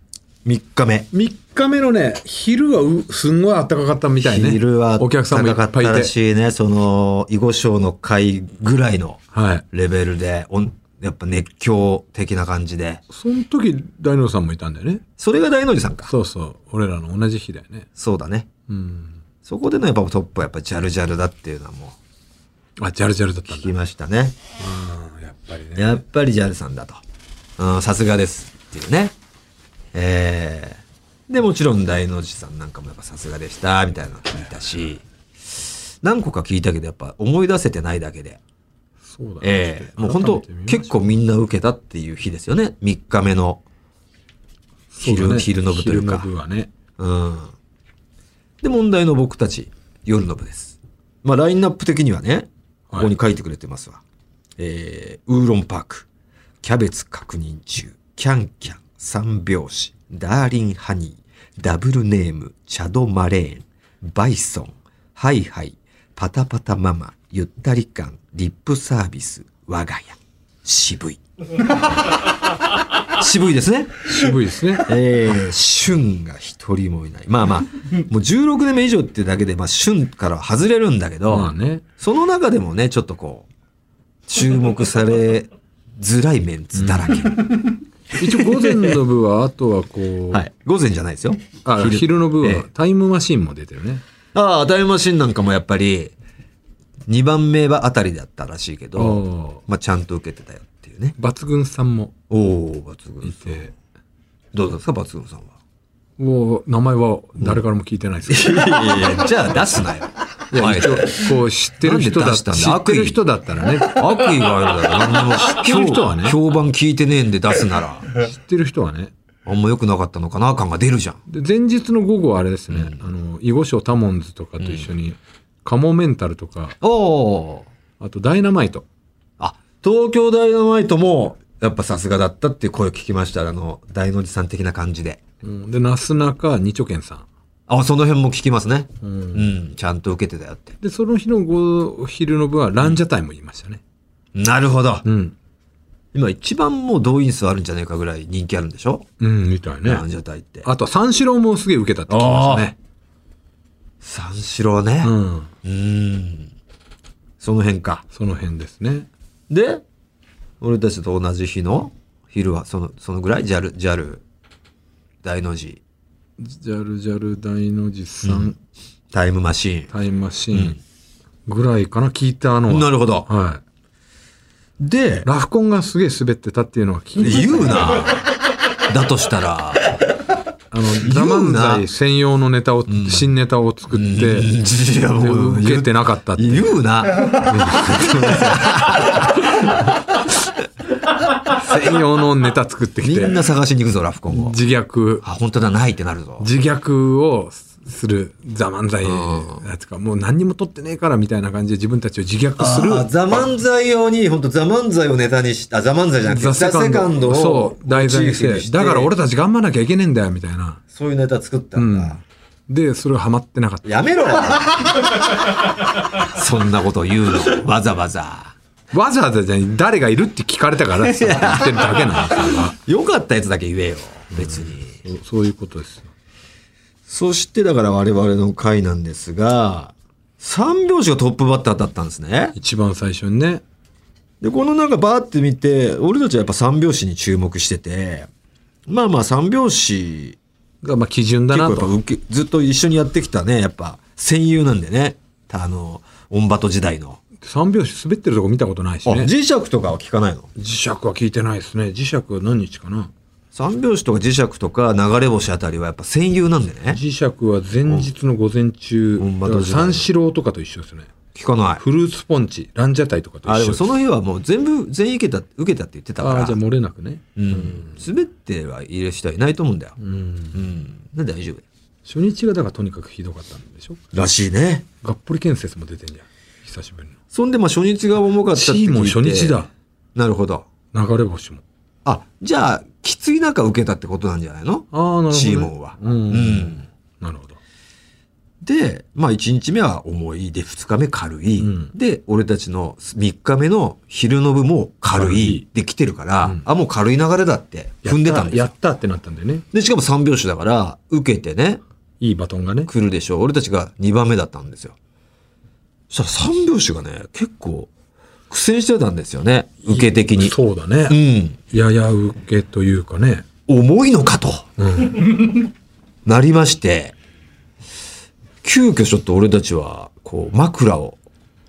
Speaker 1: 3日目。
Speaker 2: 3日目のね、昼はうすんごい暖かかったみたいね。
Speaker 1: 昼は
Speaker 2: お客さんもいっ
Speaker 1: 高かった
Speaker 2: ぱいい
Speaker 1: ら
Speaker 2: て。
Speaker 1: しいね、その、囲碁賞の会ぐらいの
Speaker 2: はい。
Speaker 1: レベルで、おんやっぱ熱狂的な感じで。
Speaker 2: その時、大野さんもいたんだよね。
Speaker 1: それが大の字さんか。
Speaker 2: そうそう。俺らの同じ日だよね。
Speaker 1: そうだね。
Speaker 2: うん。
Speaker 1: そこでのやっぱトップはやっぱジャルジャルだっていうのはも
Speaker 2: あ、ジャルジャルだっ
Speaker 1: う
Speaker 2: たん
Speaker 1: 聞
Speaker 2: だ。
Speaker 1: きましたね。
Speaker 2: うん、やっぱりね。
Speaker 1: やっぱりジャルさんだと。うん、さすがですっていうね。えー。で、もちろん大の字さんなんかもやっぱさすがでした、みたいなの聞いたし、何個か聞いたけどやっぱ思い出せてないだけで。
Speaker 2: そうだね。
Speaker 1: ええもう本当
Speaker 2: 改めて見ましょ
Speaker 1: 結構みんな受けたっていう日ですよね。3日目の
Speaker 2: そうだ
Speaker 1: 昼、
Speaker 2: ね
Speaker 1: 昼の部というか。
Speaker 2: 昼の部はね。
Speaker 1: うん。で、問題の僕たち、夜の部です。まあ、ラインナップ的にはね、ここに書いてくれてますわ。えー、ウーロンパーク、キャベツ確認中、キャンキャン、三拍子、ダーリンハニー、ダブルネーム、チャドマレーン、バイソン、ハイハイ、パタパタママ、ゆったり感、リップサービス、我が家。渋い。渋いですね。
Speaker 2: 渋いですね。
Speaker 1: えー、旬が一人もいない。まあまあ、もう16年目以上ってだけで、まあ、旬からは外れるんだけど、
Speaker 2: まあね。
Speaker 1: その中でもね、ちょっとこう、注目されづらいメンツだらけ。
Speaker 2: 一応午前の部は、あとはこう、
Speaker 1: はい。午前じゃないですよ。
Speaker 2: あ昼の部
Speaker 1: え
Speaker 2: は
Speaker 1: え
Speaker 2: タイムマシンも出てるね。
Speaker 1: ああ、タイムマシンなんかもやっぱり、2番目はあたりだったらしいけど、
Speaker 2: お
Speaker 1: まあ、ちゃんと受けてたよっていうね。
Speaker 2: ー抜群さんも
Speaker 1: おお抜群
Speaker 2: い
Speaker 1: さん。
Speaker 2: て、
Speaker 1: どうですか、抜群さんは。
Speaker 2: お名前は誰からも聞いてないですけど、
Speaker 1: いやいやいやじゃあ出すなよ。
Speaker 2: いや
Speaker 1: あえ
Speaker 2: 一
Speaker 1: て
Speaker 2: 応こう知ってる人だった
Speaker 1: なん
Speaker 2: ら、
Speaker 1: で出した
Speaker 2: 知
Speaker 1: んだ
Speaker 2: ってる人だったらね、
Speaker 1: 悪意があるだろ。何にも知
Speaker 2: ってる人はね
Speaker 1: 評判聞いてねえんで出すなら、
Speaker 2: 知ってる人はね。
Speaker 1: あんま良くなかったのかな感が出るじゃん。
Speaker 2: で前日の午後はあれですね、あの囲碁賞タモンズとかと一緒に、カモメンタルとか
Speaker 1: おお。
Speaker 2: あとダイナマイト
Speaker 1: あ、東京ダイナマイトも、やっぱさすがだったっていう声を聞きました。あの、大の字さん的な感じで。
Speaker 2: うんでなすなか二丁拳さ
Speaker 1: あ、その辺も聞きますね。
Speaker 2: ん、う、
Speaker 1: うんん、ちゃんと受けてたよって。
Speaker 2: でその日の午昼の部はランジャタイも言いましたね
Speaker 1: なるほど。
Speaker 2: うん
Speaker 1: 今一番もう動員数あるんじゃないかぐらい人気あるんでしょ
Speaker 2: うんみたいね
Speaker 1: ランジャタイって。
Speaker 2: あとは三四郎もすげえ受けたって聞きましたね
Speaker 1: 三四郎ね。
Speaker 2: うん
Speaker 1: うーん。その辺か。
Speaker 2: その辺ですね
Speaker 1: で、俺たちと同じ日の昼は、その、そのぐらい ?JAL、JAL、大の字、
Speaker 2: ジャルジャル大の字さん、
Speaker 1: タイムマシ
Speaker 2: タイムマシーンぐらいかな聞いた
Speaker 1: ー
Speaker 2: の
Speaker 1: ン。な
Speaker 2: は
Speaker 1: るほど。
Speaker 2: はい
Speaker 1: で、
Speaker 2: ラフコンがすげえ滑ってたっていうのは聞いた
Speaker 1: 言うな。だとしたら、
Speaker 2: あの、
Speaker 1: 言
Speaker 2: ダ
Speaker 1: うな
Speaker 2: 漫才専用のネタを、新ネタを作って、で
Speaker 1: いやもう
Speaker 2: 受けてなかったって。
Speaker 1: 言うな。
Speaker 2: 専用のネタ作ってき
Speaker 1: み
Speaker 2: て
Speaker 1: ん、な探しに行くぞ、ラフコンを。
Speaker 2: 自虐、
Speaker 1: あ、本当だ、ないってなるぞ。
Speaker 2: 自虐をするザ漫才やつか、もう何にも取ってねえからみたいな感じで自分たちを自虐する。
Speaker 1: あザ・漫才用に、本当ザ・漫才をネタにした、あザ・漫才じゃなくて、ザ・セカンドを
Speaker 2: そう、題材に
Speaker 1: モチーフ
Speaker 2: して、だから俺たち頑張らなきゃいけねえんだよ、みたいな。
Speaker 1: そういうネタ作ったんだ。
Speaker 2: で、それはハマってなかった。
Speaker 1: やめろ そんなこと言うの、わざわざ。
Speaker 2: わざわざじゃない誰がいるって聞かれたから、そう言ってるだけなんですよ
Speaker 1: よかったやつだけ言えよ、別に。
Speaker 2: そうそういうことですよ。
Speaker 1: そしてだから我々の回なんですが、三拍子がトップバッターだったんですね。
Speaker 2: 一番最初にね、
Speaker 1: で、このなんかバーって見て、俺たちはやっぱ三拍子に注目してて、まあまあ三拍子、
Speaker 2: がまあ基準だ
Speaker 1: 結構
Speaker 2: な
Speaker 1: やっぱ
Speaker 2: と。
Speaker 1: 受けずっと一緒にやってきたね、やっぱ戦友なんでね。あの、オンバト時代の。
Speaker 2: 三拍子滑ってるとこ見たことないし
Speaker 1: あ、
Speaker 2: ね。
Speaker 1: 磁石とかは聞かないの
Speaker 2: 磁石は聞いてないですね。磁石は何日かな。
Speaker 1: 三拍子とか磁石とか流れ星あたりはやっぱ戦友なんでね。
Speaker 2: 磁石は前日の午前中、
Speaker 1: うん
Speaker 2: だから三四郎とかと一緒ですね。
Speaker 1: 聞かない。
Speaker 2: フルーツポンチ、ランジャタイとかと
Speaker 1: あ、で
Speaker 2: 一緒
Speaker 1: も
Speaker 2: です。
Speaker 1: その日はもう全部、全員受けた、受けたって言ってたか
Speaker 2: あ
Speaker 1: ら。
Speaker 2: あ、じゃあ漏れなくね。
Speaker 1: うん。滑ってはいる人はいないと思うんだよ。うん。なんで大丈夫
Speaker 2: 初日がだからとにかくひどかったんでしょ。
Speaker 1: らしいね。
Speaker 2: がっぽり建設も出てんじゃん。久しぶりの。
Speaker 1: そんでまあ初日が重かったって聞いて。
Speaker 2: C も初日だ。
Speaker 1: なるほど。
Speaker 2: 流れ星も。
Speaker 1: あ、じゃあ、きつい中受けたってことなんじゃないの
Speaker 2: ああ、なるほど、ね。
Speaker 1: シーモンは
Speaker 2: うん。
Speaker 1: うん
Speaker 2: なるほど。
Speaker 1: で、まあ1日目は重い。で、2日目軽い。
Speaker 2: うん
Speaker 1: で、俺たちの3日目の昼の部も軽い。
Speaker 2: 軽い
Speaker 1: で、来てるから、
Speaker 2: うん
Speaker 1: あ、もう軽い流れだって踏んでたんです
Speaker 2: や
Speaker 1: よ
Speaker 2: っ。たってなったんだよね。
Speaker 1: で、しかも3拍子だから、受けてね、
Speaker 2: いいバトンがね。
Speaker 1: 来るでしょう。俺たちが2番目だったんですよ。そしたら3拍子がね、結構苦戦してたんですよね。受け的に。
Speaker 2: そうだね。
Speaker 1: うん。
Speaker 2: やや受けというかね。
Speaker 1: 重いのかと、なりまして、急遽ちょっと俺たちは、こう、枕を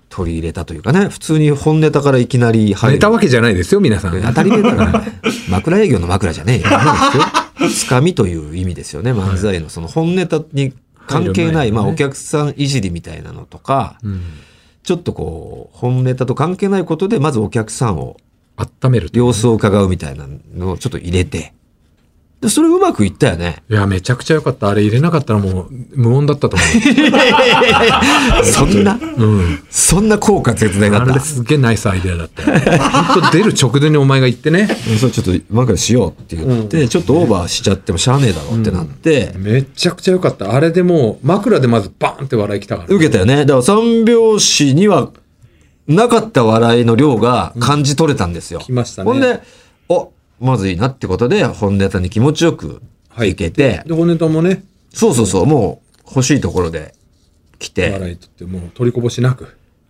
Speaker 1: 取り入れたというかね、普通に本ネタからいきなり入
Speaker 2: 寝
Speaker 1: る。
Speaker 2: たわけじゃないですよ、皆さん。
Speaker 1: 当たり前だからね。 枕営業の枕じゃねえよ。つかみという意味ですよね、漫才の。その本ネタに関係な
Speaker 2: 配慮ない
Speaker 1: い、
Speaker 2: よね
Speaker 1: まあお客さんいじりみたいなのとか、
Speaker 2: うん
Speaker 1: ちょっとこう、本ネタと関係ないことで、まずお客さんを
Speaker 2: 温めるという
Speaker 1: 様子を伺うみたいなのをちょっと入れて、でそれうまくいったよね。
Speaker 2: いや、めちゃくちゃ良かった。あれ入れなかったらもう無音だったと思
Speaker 1: そんな、
Speaker 2: う。うん。
Speaker 1: そんな効果絶大だ
Speaker 2: あ
Speaker 1: った
Speaker 2: れ。すげえナイスアイデアだったよ。本当出る直前にお前が言ってね。
Speaker 1: それちょっとうまくしようって言って、ちょっとオーバーしちゃってもしゃあねえだろってなって、
Speaker 2: めちゃくちゃ良かった。あれでもう枕でまずバーンって笑い来たから。
Speaker 1: 受けたよね。だから三拍子にはなかった笑いの量が感じ取れたんですよ。
Speaker 2: 来ましたね
Speaker 1: ほんで、お、まずいなってことで、本ネタに気持ちよくいけて、
Speaker 2: で、骨ともね、
Speaker 1: そうそうそう、もう欲しいところで来て、
Speaker 2: 笑いとってもう取りこぼしなく。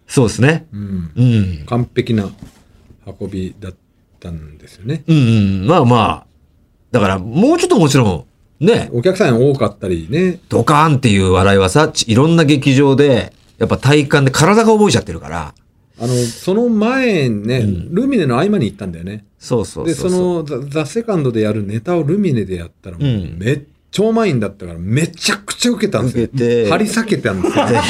Speaker 1: そうですね。
Speaker 2: うん。
Speaker 1: うん。
Speaker 2: 完璧な運びだったんですよね。
Speaker 1: うんうん、まあまあ。だから、もうちょっともちろん、ね、
Speaker 2: お客さん多かったりね。
Speaker 1: ドカーンっていう笑いはさ、ちいろんな劇場で、やっぱ体感で体が覚えちゃってるから。
Speaker 2: あの、その前ね、ルミネの合間に行ったんだよね。
Speaker 1: そうそう
Speaker 2: で、
Speaker 1: そ
Speaker 2: そう
Speaker 1: う。
Speaker 2: のザ・ザセカンドでやるネタをルミネでやったら、もううんめっちゃうまいんだったから、めちゃくちゃ受けたんですよ。
Speaker 1: 受けて
Speaker 2: 張り裂けた んですよ。
Speaker 1: あ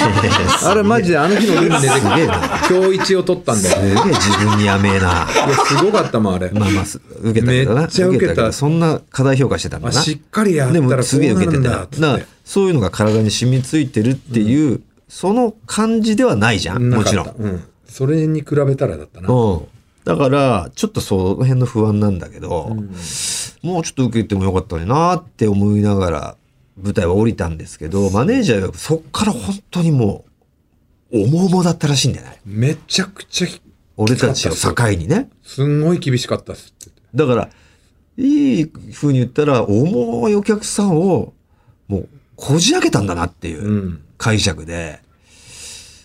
Speaker 2: あれマジであの日のルミネです
Speaker 1: げえな
Speaker 2: 今日一を取ったんだよ
Speaker 1: す
Speaker 2: ね。
Speaker 1: げえ自分にやめえな。
Speaker 2: いやすごかったもん、あれ。
Speaker 1: まあまあ、す受けたけどな。
Speaker 2: めっちゃ受けた
Speaker 1: どそんな過大評価してたんだ
Speaker 2: あ
Speaker 1: な。
Speaker 2: しっかりやった
Speaker 1: で
Speaker 2: らこう
Speaker 1: も、すげえ受け
Speaker 2: な
Speaker 1: て
Speaker 2: るん
Speaker 1: た
Speaker 2: だ
Speaker 1: よ
Speaker 2: っ。つ
Speaker 1: だ
Speaker 2: っ
Speaker 1: から
Speaker 2: て。
Speaker 1: そういうのが体に染みついてるっていう、その感じではないじゃん。
Speaker 2: な
Speaker 1: も
Speaker 2: かった
Speaker 1: ちろん。
Speaker 2: うん。それに比べたらだったな。
Speaker 1: うん。だから、ちょっとその辺の不安なんだけど、
Speaker 2: うん
Speaker 1: もうちょっと受けてもよかったのになーって思いながら、舞台は降りたんですけど、マネージャーがそっから本当にもう、重々だったらしいんだよね。
Speaker 2: めちゃくちゃ、
Speaker 1: 俺たちを境にね。
Speaker 2: すんごい厳しかったっすって。
Speaker 1: だから、いい風に言ったら、重いお客さんを、もう、こじ開けたんだなっていううん解釈で、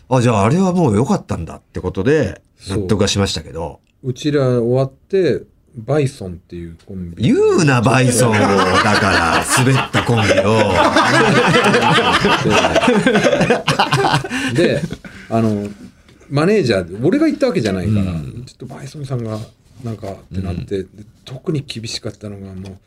Speaker 1: あ、じゃああれはもう良かったんだってことで、納得はしましたけど、
Speaker 2: うちら終わって、バイソンっていうコンビ。
Speaker 1: 言うな、バイソンを、だから、滑ったコンビを。
Speaker 2: で、あの、マネージャーで、俺が言ったわけじゃないから、
Speaker 1: うん
Speaker 2: ちょっとバイソンさんが、なんかってなって、で特に厳しかったのが、もう、本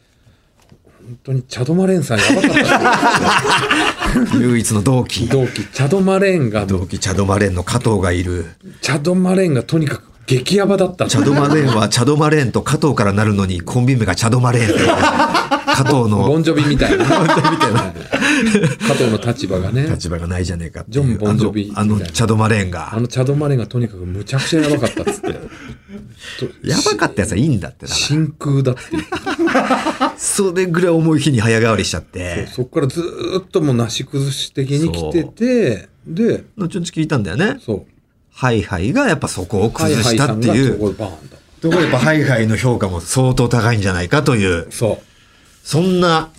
Speaker 2: 当にチャドマレーンさんやばかったっ
Speaker 1: 唯一の同期
Speaker 2: す。 よ同期、チャドマレーンが、
Speaker 1: 同期チャドマレーンの加藤がいる。
Speaker 2: チャドマレーンがとにかく激ヤバだったって
Speaker 1: チャドマレーンはチャドマレーンと加藤からなるのに、コンビ名がチャドマレーンっていう。加藤
Speaker 2: ボ
Speaker 1: の
Speaker 2: ンジョビみたいな。加藤の立場がね。
Speaker 1: 立場がないじゃねえかっていう。
Speaker 2: ジョンボンジョビ
Speaker 1: あの、あの
Speaker 2: みたいな
Speaker 1: チャドマレーンが
Speaker 2: あ。のチャドマレーンがとにかくむちゃくちゃやばかったっ つって。と
Speaker 1: やばかったやつはいいんだってだか
Speaker 2: 真空だっていう。
Speaker 1: ら。それぐらい重い日に早変わりしちゃって。
Speaker 2: そっからずーっともうなし崩し的に来てて、で、
Speaker 1: 後々聞いたんだよね。
Speaker 2: そう。
Speaker 1: ハイハイがやっぱそこを
Speaker 2: ハイ
Speaker 1: 崩
Speaker 2: ハ
Speaker 1: し
Speaker 2: イさ
Speaker 1: たっ
Speaker 2: ん
Speaker 1: て
Speaker 2: が
Speaker 1: い。
Speaker 2: そうこでバーンと。
Speaker 1: ところでやっぱハイハイの評価も相当高いんじゃないかという。
Speaker 2: そ
Speaker 1: そんな、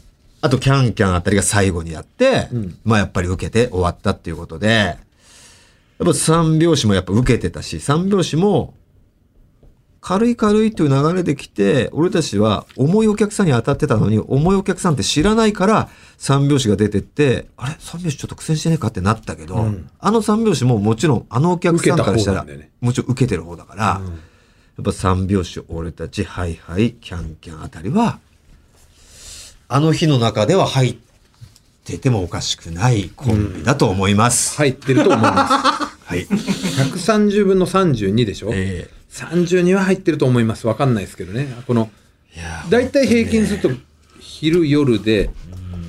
Speaker 1: あとキャンキャンあたりが最後にやって、
Speaker 2: ん
Speaker 1: まあやっぱり受けて終わったっていうことで、やっぱ三拍子もやっぱ受けてたし、三拍子も、軽い軽いという流れで来て、俺たちは重いお客さんに当たってたのに、重いお客さんって知らないから、三拍子が出てって、あれ三拍子ちょっと苦戦してねえかってなったけど、
Speaker 2: うん
Speaker 1: あの三拍子ももちろん、あのお客さんからしたら、
Speaker 2: 受けた方なんだよね
Speaker 1: もちろん受けてる方だから、
Speaker 2: う。
Speaker 1: やっぱ三拍子、俺たち、ハイハイ、キャンキャンあたりは、あの日の中では入っててもおかしくないコンビだと思います。
Speaker 2: 入ってると思いま
Speaker 1: はい。
Speaker 2: す。130分の32でしょ、
Speaker 1: え
Speaker 2: ?32 は入ってると思います。わかんないですけどね。この、
Speaker 1: えいやー
Speaker 2: だいたい平均すると昼夜で、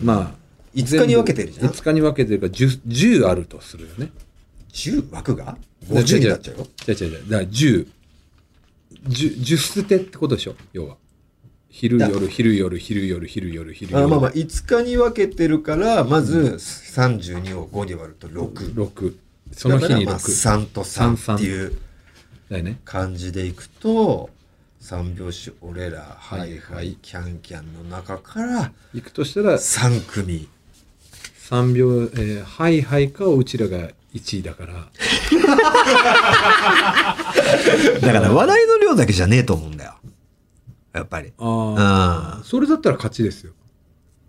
Speaker 2: まあ、
Speaker 1: 5日に分けてるじゃん
Speaker 2: 5日に分けてるから 10, 10あるとするよね。
Speaker 1: 10枠が ?50 になっちゃうよ。
Speaker 2: 違う違う違う。だから10、10、10捨てってことでしょ要は。昼
Speaker 1: だ
Speaker 2: 夜、昼夜、昼夜、昼夜、昼
Speaker 1: あ
Speaker 2: 夜。
Speaker 1: まあまあ、5日に分けてるから、まず32を5に割ると6。
Speaker 2: 6。その日に
Speaker 1: だからまあ
Speaker 2: 6。
Speaker 1: 3と3っていう
Speaker 2: だよね。
Speaker 1: 感じでいくと、三拍子、俺ら、ハイ
Speaker 2: は
Speaker 1: ハ
Speaker 2: いは
Speaker 1: イ
Speaker 2: い、
Speaker 1: キャンキャンの中から
Speaker 2: 行くとしたら、
Speaker 1: 3組。
Speaker 2: 3秒、えー、ハイハイか、うちらが1位だから。
Speaker 1: だから話題の量だけじゃねえと思うんだよ。やっぱり。
Speaker 2: あ
Speaker 1: う
Speaker 2: あ。それだったら勝ちですよ。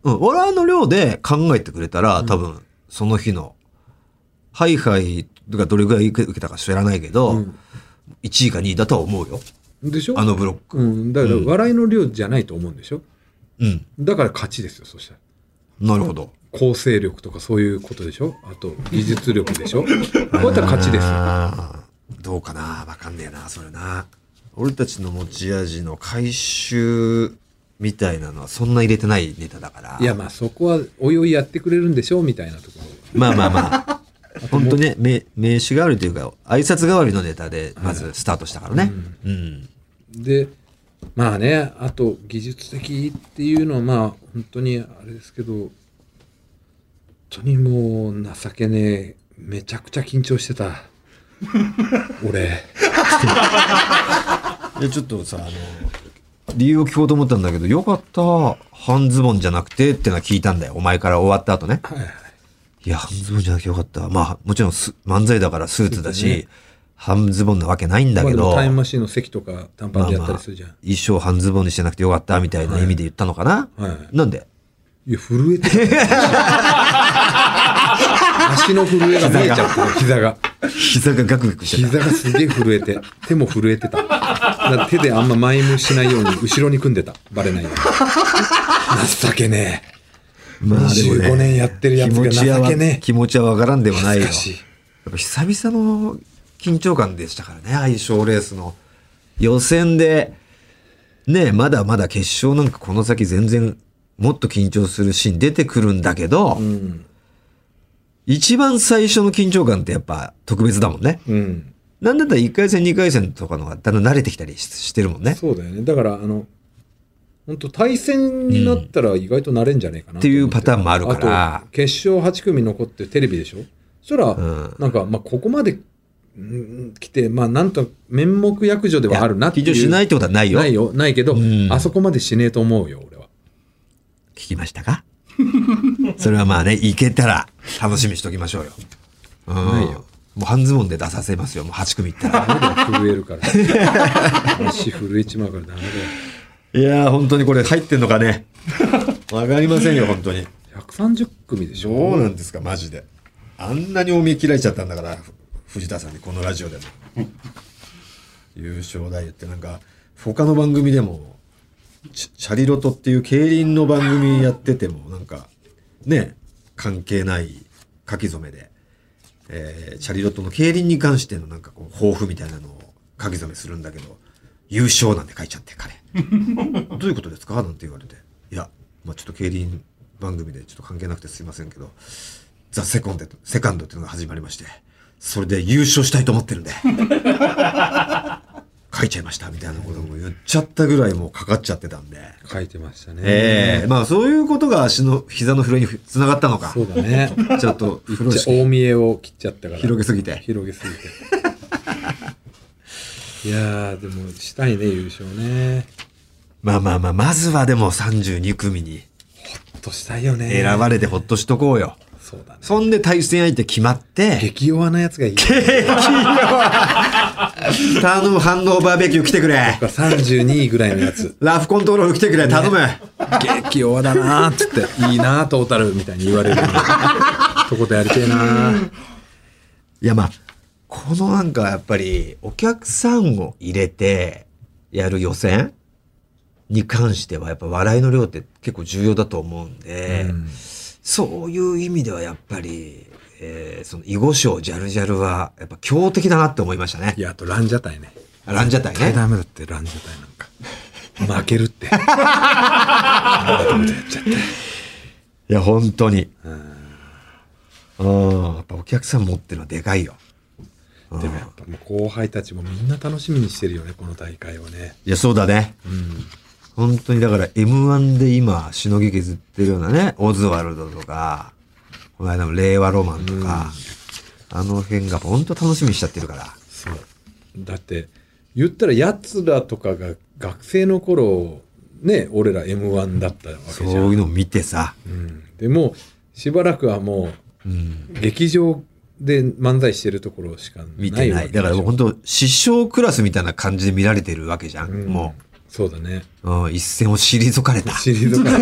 Speaker 1: ん。うん。笑いの量で考えてくれたら、多分、その日の、ハイハイがどれぐらい受けたか知らないけど、
Speaker 2: うん
Speaker 1: 1位か2位だとは思うよ。
Speaker 2: でしょ
Speaker 1: あのブロック。
Speaker 2: うん。だから、
Speaker 1: うん
Speaker 2: 笑いの量じゃないと思うんでしょ
Speaker 1: うん。
Speaker 2: だから勝ちですよ、そしたら。
Speaker 1: なるほど。
Speaker 2: 構成力とかそういうことでしょあと、技術力でしょこうやったら勝ちですよ。
Speaker 1: あーどうかなわかんねえな、それな。俺たちの持ち味の回収みたいなのはそんな入れてないネタだから。
Speaker 2: いやまあそこはおいおいやってくれるんでしょうみたいなとこ
Speaker 1: まあまあ まあ。本当ね、名名刺代わりというか、挨拶代わりのネタで、まずスタートしたからね。うん。
Speaker 2: ろでまあねあと技術的っていうのはまあ本当にあれですけど本当にもう情けねえめちゃくちゃ緊張し てた俺
Speaker 1: で、ちょっとさ、あの、理由を聞こうと思ったんだけど、よかった、半ズボンじゃなくてってのは聞いたんだよ。お前から終わった後ね。
Speaker 2: はいはい
Speaker 1: いや、半ズボンじゃなくてよかった。まあ、もちろんす漫才だからスーツだし、半ズボンなわけないんだけ
Speaker 2: まあで
Speaker 1: ど
Speaker 2: も、タイムマシーンの席とか短パンでやったりするじゃん、
Speaker 1: 一生半ズボンにしてなくてよかったみたいな意味で言ったのかな、
Speaker 2: はい
Speaker 1: なんで
Speaker 2: いや、震えてたよ。足の震えが見えちゃってる、膝が。
Speaker 1: 膝がガクガクしてた。
Speaker 2: 膝がすげえ震えて、 手も震えてた。だから手であんま前ムしないように、後ろに組んでた。バレないように。情けね
Speaker 1: ま
Speaker 2: 25年やってるやつが情けねえ
Speaker 1: 気持ちはわからんでもないよ。や
Speaker 2: 懐かしい
Speaker 1: っぱ久々の緊張感でしたからね、ああいう賞レースの。予選で、ねまだまだ決勝なんかこの先全然もっと緊張するシーン出てくるんだけど、
Speaker 2: え。うん。
Speaker 1: 一番最初の緊張感ってやっぱ特別だもんね。
Speaker 2: うん。
Speaker 1: なんだったら1回戦2回戦とかの方がだんだん慣れてきたりししてるもんね。
Speaker 2: そうだよね。だから、あの、本当対戦になったら意外となれんじゃねえかなと思
Speaker 1: っていうパターンもあるから
Speaker 2: あと決勝8組残ってテレビでしょそしたら、
Speaker 1: ん
Speaker 2: なんか、まあ、ここまで、うん来て、まあ、なんと面目役所ではあるなっていう。
Speaker 1: 緊張しないってことはないよ。
Speaker 2: ないよ、ないけど、
Speaker 1: ん
Speaker 2: あそこまでしねえと思うよ、俺は。
Speaker 1: 聞きましたか それはまあね、いけたら楽しみにしときましょうよ。うん。
Speaker 2: ないよ
Speaker 1: もう半ズボンで出させますよ。もう8組いったら。
Speaker 2: まだ震えるから。足震えちまうからダメだよ。
Speaker 1: いやー、本当にこれ入ってんのか ね。わかりませんよ、本当に。
Speaker 2: 130組でしょ
Speaker 1: どうなんですか、マジで。あんなにお見切られちゃったんだから、ふ藤田さんにこのラジオでも。優勝だよって、なんか、他の番組でも、チチャリロトっていう競輪の番組やってても、なんか、ね、関係ない書き初めで、えーチャリロトの競輪に関してのなんかこう、抱負みたいなのを書き初めするんだけど、優勝なんて書いちゃって、彼。どういうことですかなんて言われて。いや、まあ、ちょっと競輪番組でちょっと関係なくてすいませんけど、ザ・セコンデと、セカンドっていうのが始まりまして、それで優勝したいと思ってるんで、 書いちゃいましたみたいなことも言っちゃったぐらいもうかかっちゃってたんで。
Speaker 2: 書いてましたね。
Speaker 1: ええまあそういうことが足の膝の震えにつながったのか。
Speaker 2: そうだね。
Speaker 1: ちょっと風呂
Speaker 2: じゃあ
Speaker 1: 敷
Speaker 2: 大見えを切っちゃったから。
Speaker 1: 広げすぎて。
Speaker 2: 広げすぎて。いやー、でも、したいね、優勝ね。
Speaker 1: まあまあまあ、まずはでも32組に
Speaker 2: ほっとしたいよね。
Speaker 1: 選ばれてほっとしとこうよ。
Speaker 2: そうだね。
Speaker 1: そんで対戦相手決まって、
Speaker 2: 激弱なやつがいい。
Speaker 1: 頼む反応バーベキュー来てくれ。
Speaker 2: 32位ぐらいのやつ。
Speaker 1: ラフコントロール来てくれ、頼む。
Speaker 2: 激弱だなーっつって、いいなー、トータルみたいに言われるような。 とことやりてえなー。
Speaker 1: いや、まあ、このなんかやっぱり、お客さんを入れてやる予選に関しては、やっぱ笑いの量って結構重要だと思うんで、
Speaker 2: うん
Speaker 1: そういう意味ではやっぱり、えーその囲碁賞ジャルジャルは、やっぱ強敵だなって思いましたね
Speaker 2: い。や、あと、ランジャタイね。
Speaker 1: ランジャタイ
Speaker 2: 絶対
Speaker 1: ね。
Speaker 2: ダメだって、ランジャタイなんか。 負けるって。あんなことやっちゃって。
Speaker 1: いや、本当に。うん。やっぱお客さん持ってるのはでかいよ。うん
Speaker 2: でもやっぱもう後輩たちもみんな楽しみにしてるよね、この大会をね。
Speaker 1: いや、そうだね。本当にだから M1 で今、しのぎ削ってるようなね、オズワルドとか、この間の令和ロマンとか、あの辺が本当楽しみにしちゃってるから。
Speaker 2: そう。だって、言ったら奴らとかが学生の頃、ね、俺ら M1 だったわ
Speaker 1: そ
Speaker 2: け
Speaker 1: う
Speaker 2: じゃん。
Speaker 1: いうのを見てさ。
Speaker 2: うん、でも、しばらくはも
Speaker 1: うん。
Speaker 2: う、劇場で漫才してるところしかないわけ
Speaker 1: 見てない。だからもう
Speaker 2: う
Speaker 1: 本当、失笑クラスみたいな感じで見られてるわけじゃん。
Speaker 2: ん
Speaker 1: も
Speaker 2: そうだね。
Speaker 1: う、うん、一線を退かれた。
Speaker 2: シリー ズから。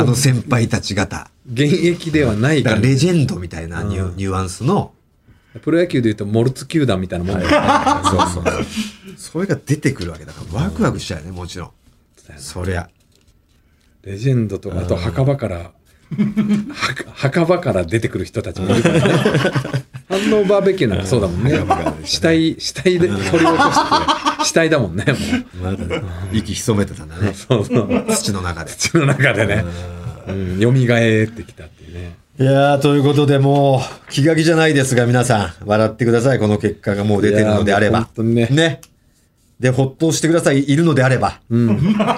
Speaker 1: あの先輩たち方。
Speaker 2: 現役ではない
Speaker 1: だ
Speaker 2: か
Speaker 1: かららレジェンドみたいなニュ,、
Speaker 2: うん
Speaker 1: ニュアンスの、
Speaker 2: プロ野球でいうとモルツ球団みたいなもんだよね。 そうそう
Speaker 1: それが出てくるわけだから、ワクワクしちゃうよね、もちろん。そりゃ。
Speaker 2: レジェンドとか、あと墓場からはか墓場から出てくる人たちもいるから ね。反応バーベキューなんかそうだもんね
Speaker 1: うん墓場から。でし
Speaker 2: 死
Speaker 1: た
Speaker 2: 体、死体で取り起こして、死体だもんね、も
Speaker 1: まだ 息潜めてたんだね
Speaker 2: う。。そうそう。
Speaker 1: 土の中で。
Speaker 2: 土の中でね、うん、蘇ってきたっていうね。
Speaker 1: いやー、ということで、もう、気が気じゃないですが、皆さん、笑ってください。この結果がもう出てるのであれ
Speaker 2: いやー
Speaker 1: ば
Speaker 2: 本。当にね
Speaker 1: で、ほっとしてください。いるのであれば。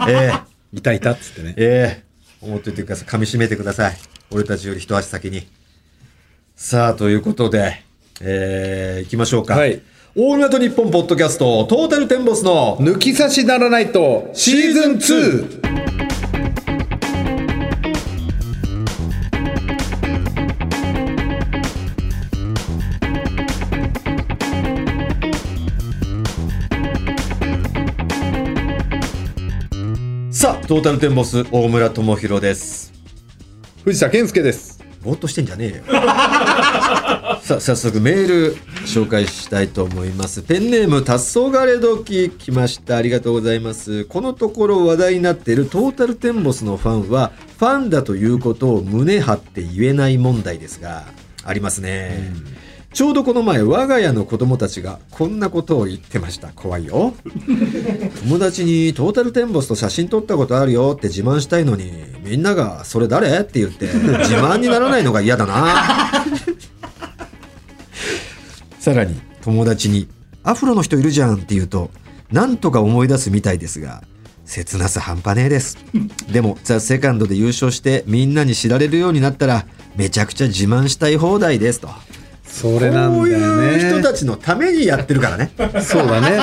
Speaker 1: ええ
Speaker 2: いたいたっつってね。
Speaker 1: ええ思っといてください。噛み締めてください。俺たちより一足先に。さあ、ということで、えー、行きましょうか。
Speaker 2: はい。
Speaker 1: オールナイトニッポンポッドキャスト、トータルテンボスの、
Speaker 2: 抜き差しならないと、シーズン 2!
Speaker 1: さあ、トータルテンボス、大村智弘です。
Speaker 2: 藤田健介です。
Speaker 1: ぼーっとしてんじゃねえよ。 さあ、早速メール、紹介したいと思います。ペンネーム、たっそがれどき、来ました。ありがとうございます。このところ話題になっているトータルテンボスのファンは、ファンだということを胸張って言えない問題ですが、ありますね。ちょうどこの前、我が家の子供たちがこんなことを言ってました。怖いよ。友達にトータルテンボスと写真撮ったことあるよって自慢したいのに、みんながそれ誰って言って、自慢にならないのが嫌だ な。さらに、友達に、アフロの人いるじゃんって言うと、なんとか思い出すみたいですが、切なさ半端ねえ です。でも、ザ・セカンドで優勝してみんなに知られるようになったら、めちゃくちゃ自慢したい放題ですと。
Speaker 2: それなんだ
Speaker 1: こう
Speaker 2: よね。
Speaker 1: いう人たちのためにやってるからね。
Speaker 2: そうだ ね。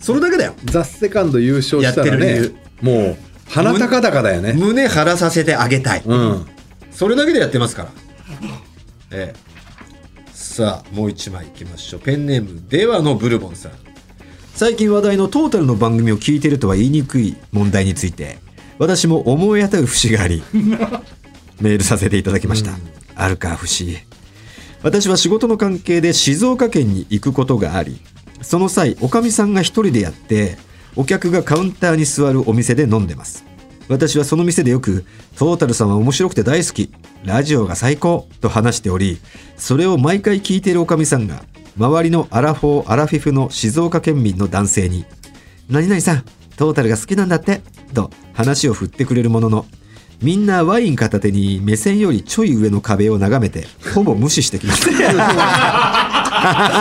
Speaker 1: それだけだよ。
Speaker 2: ザ・セカンド優勝したら
Speaker 1: やって
Speaker 2: ね
Speaker 1: る、
Speaker 2: もう、鼻高々だよね。
Speaker 1: 胸張らさせてあげたい。
Speaker 2: うん。
Speaker 1: それだけでやってますから。ええ。さあ、もう一枚いきましょう。ペンネーム、ではのブルボンさん。最近話題のトータルの番組を聞いてるとは言いにくい問題について、私も思い当たる節が あり、メールさせていただきました。あるか、節。私は仕事の関係で静岡県に行くことがあり、その際、おかみさんが一人でやって、お客がカウンターに座るお店で飲んでます。私はその店でよく、トータルさんは面白くて大好き、ラジオが最高と話しており、それを毎回聞いているおかみさんが、周りのアラフォー・アラフィフの静岡県民の男性に、何々さん、トータルが好きなんだって、と話を振ってくれるものの、みんなワイン片手に目線よりちょい上の壁を眺めて、ほぼ無視してきました。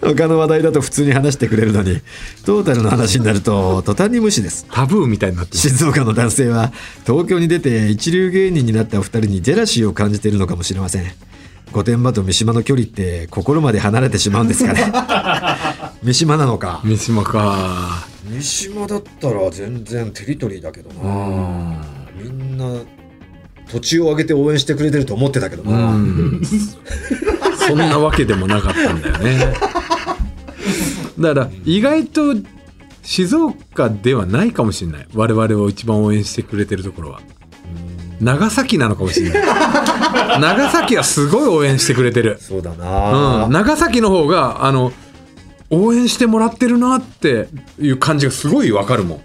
Speaker 1: 他の話題だと普通に話してくれるのに、トータルの話になると途端に無視です。
Speaker 2: タブーみたいになってる
Speaker 1: 静岡の男性は東京に出て一流芸人になったお二人にジェラシーを感じているのかもしれません御殿場と三島の距離って心まで離れてしまうんですかね 三島なのか
Speaker 2: 三島か。
Speaker 1: 三島だったら全然テリトリーだけど
Speaker 2: う。
Speaker 1: なんみんな土地を上げて応援してくれてると思ってたけど
Speaker 2: う
Speaker 1: な、
Speaker 2: ん。そんなわけでもなかったんだよね。だから、意外と静岡ではないかもしれない。我々を一番応援してくれてるところは。長崎なのかもしれない。長崎はすごい応援してくれてる。
Speaker 1: そうだ
Speaker 2: う
Speaker 1: な、
Speaker 2: ん、長崎の方があの応援してもらってるなっていう感じがすごいわかるもん。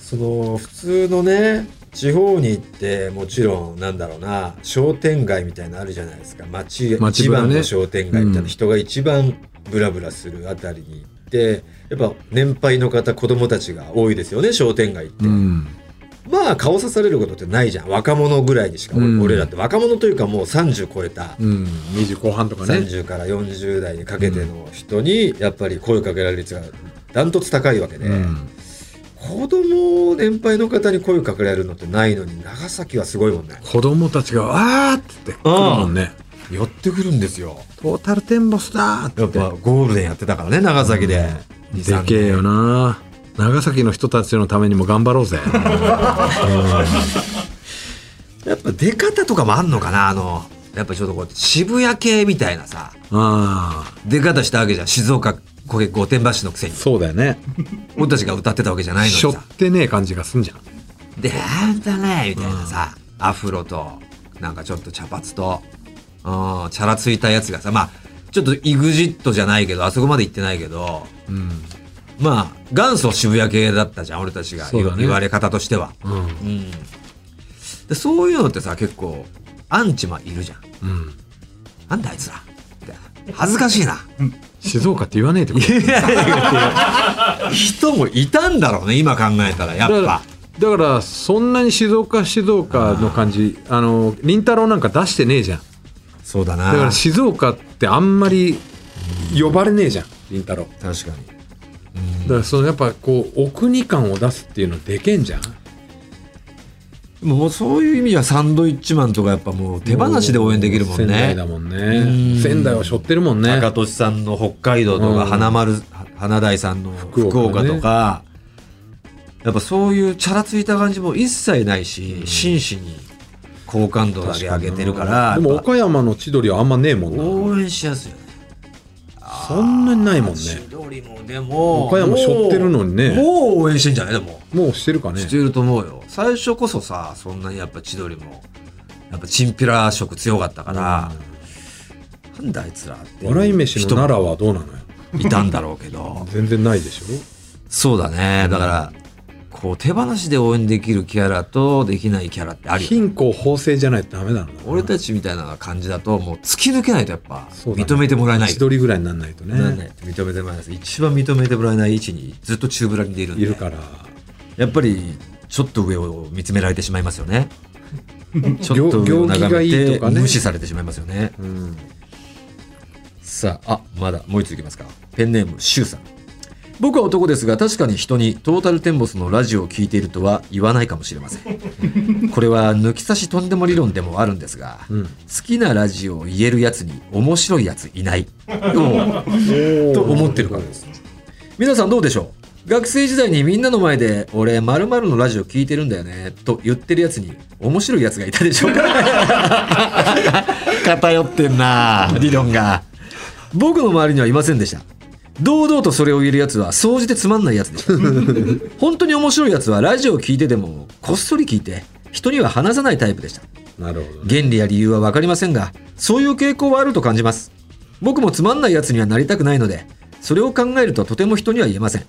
Speaker 1: その普通のね地方に行ってもちろんなんだろうな商店街みたいなのあるじゃないですか町
Speaker 2: 街
Speaker 1: 一
Speaker 2: ぶらね
Speaker 1: 番の商店街みたい
Speaker 2: うん
Speaker 1: な人が一番ブラブラするあたりに行って、やっぱ年配の方子供たちが多いですよね商店街って、
Speaker 2: うん、
Speaker 1: まあ顔刺されることってないじゃん若者ぐらいにしか、俺
Speaker 2: うん
Speaker 1: 俺らって若者というかもう30超えた、
Speaker 2: うん、20後半とかね。
Speaker 1: 30から40代にかけての人にやっぱり声かけられる率がダントツ高いわけで。
Speaker 2: うん、
Speaker 1: 子供年配の方に声かけられるのってないのに長崎はすごいもんね
Speaker 2: 子供たちが「わー!」って言って来るもんね。
Speaker 1: やってくるんですよ
Speaker 2: トータルテンボスだーって
Speaker 1: やっぱゴールデンやってたからね長崎で、二
Speaker 2: で
Speaker 1: 三
Speaker 2: けえよな長崎の人たちのためにも頑張ろうぜ
Speaker 1: やっぱ出方とかもあんのかなあのやっぱちょっとこう渋谷系みたいなさ
Speaker 2: ああ
Speaker 1: 出方したわけじゃん静岡これ御殿場市のくせに
Speaker 2: そうだよね
Speaker 1: 俺たちが歌ってたわけじゃないのに
Speaker 2: しょ
Speaker 1: さ
Speaker 2: ってねえ感じがすんじゃん
Speaker 1: であんたねみたいなさ、アフロとなんかちょっと茶髪とうんチャラついたやつがさまあちょっと EXIT じゃないけどあそこまで行ってないけど
Speaker 2: うん
Speaker 1: まあ元祖渋谷系だったじゃん俺たちが
Speaker 2: そうだね
Speaker 1: 言われ方としては、
Speaker 2: うん
Speaker 1: うんだ
Speaker 3: でそういうのってさ結構アンチマいるじゃん
Speaker 2: うん。
Speaker 3: なんだあいつらって恥ずかしいな
Speaker 2: 静岡って言わねえってこと
Speaker 3: いやいやいや
Speaker 1: 人もいたんだろうね、今考えたら、や
Speaker 2: だ
Speaker 1: っぱ。
Speaker 2: から、だからそんなに静岡、静岡の感じ、あの、りんたろーなんか出してねえじゃん。
Speaker 1: そうだな。
Speaker 2: だから静岡ってあんまり呼ばれねえじゃん、りんたろー。
Speaker 1: 確かに。
Speaker 2: だからそのやっぱこう、お国感を出すっていうのでけんじゃん。
Speaker 1: もうそういう意味じゃサンドイッチマンとかやっぱもう手放しで応援できるもん
Speaker 2: 仙台
Speaker 1: ね。
Speaker 2: だもん
Speaker 1: うん
Speaker 2: ね。仙台を背負ってるもんね。
Speaker 1: 高俊さんの北海道と
Speaker 2: う
Speaker 1: か、
Speaker 2: ん
Speaker 1: 花丸、花大さんの福
Speaker 2: 福岡ね
Speaker 1: 岡とか、やっぱそういうチャラついた感じも一切ないし、真摯に好感度だけ上げてるから、
Speaker 2: でも
Speaker 1: やっぱ
Speaker 2: 岡山の千鳥はあんまねえもんな。
Speaker 1: 応援しやすいよね。
Speaker 2: そんなにないもんね。
Speaker 1: 千鳥もでも、
Speaker 2: 岡山背負ってるのにね
Speaker 1: もうもう応援してんじゃないでも。
Speaker 2: もうしてるかね
Speaker 1: し。ていると思うよ最初こそさそんなにやっぱ千鳥もやっぱチンピラ色強かったから、なんだあいつらって
Speaker 2: 笑い飯の
Speaker 1: 人も
Speaker 2: 奈良はどうなのよ。
Speaker 1: いたんだろうけど
Speaker 2: 全然ないでしょ。
Speaker 1: そうだねだからこう手放しで応援できるキャラとできないキャラってあるよね
Speaker 2: 貧困法制じゃないとダメなの。
Speaker 1: 俺たちみたいな感じだともう突き抜けないとやっぱ
Speaker 2: そうだね
Speaker 1: 認めてもらえない
Speaker 2: 千鳥ぐらいになんないと
Speaker 1: なんな
Speaker 2: ね。
Speaker 1: い認めてもらえないです一番認めてもらえない位置にずっと中ぶらりんでいるんで
Speaker 2: いるから。
Speaker 1: やっぱりちょっと上を見つめられてしまいますよ ねちょっと上を
Speaker 2: 行儀
Speaker 1: 眺
Speaker 2: が
Speaker 1: め
Speaker 2: いい
Speaker 1: て
Speaker 2: とかね
Speaker 1: 無視されてしまいますよね
Speaker 2: うん。
Speaker 1: さあ、あ、まだ、もう一ついきますか。ペンネーム、シュウさん。僕は男ですが、確かに人にトータルテンボスのラジオを聞いているとは言わないかもしれません。これは抜き差しとんでも理論でもあるんですが、
Speaker 2: うん
Speaker 1: 好きなラジオを言えるやつに面白いやついない。とと思ってるからです。皆さんどうでしょう学生時代にみんなの前で「俺まるのラジオ聞いてるんだよね」と言ってるやつに面白いやつがいたでしょうか 偏ってんな理論が僕の周りにはいませんでした堂々とそれを言えるやつは総じてつまんないやつでした 本当に面白いやつはラジオを聞いてでもこっそり聞いて人には話さないタイプでした
Speaker 2: なるほどね。
Speaker 1: 原理や理由は分かりませんがそういう傾向はあると感じます僕もつまんないやつにはなりたくないのでそれを考えるととても人には言えません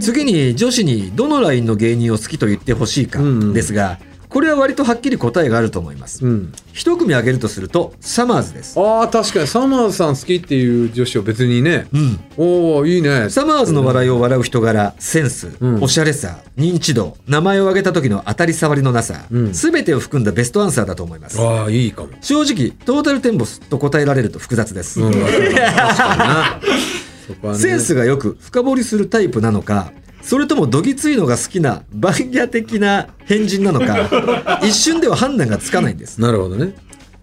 Speaker 1: 次に女子にどのラインの芸人を好きと言ってほしいか
Speaker 2: うんうん
Speaker 1: ですが、これは割とはっきり答えがあると思います、
Speaker 2: うん。
Speaker 1: 一組挙げるとするとサマーズです
Speaker 2: ああ、確かにサマーズさん好きっていう女子は別にね。
Speaker 1: うん
Speaker 2: おお、いいね。
Speaker 1: サマーズの笑いを笑う人柄、センス、
Speaker 2: うん
Speaker 1: おしゃれさ、認知度、名前を挙げた時の当たり障りのなさ、
Speaker 2: うん
Speaker 1: すべてを含んだベストアンサーだと思います。
Speaker 2: ああ、いいかも。
Speaker 1: 正直、トータルテンボスと答えられると複雑です。
Speaker 2: うん、確かにな。そこはね
Speaker 1: センスがよく深掘りするタイプなのか、それともどぎついのが好きな番屋的な変人なのか、一瞬では判断がつかないんです。
Speaker 2: なるほどね。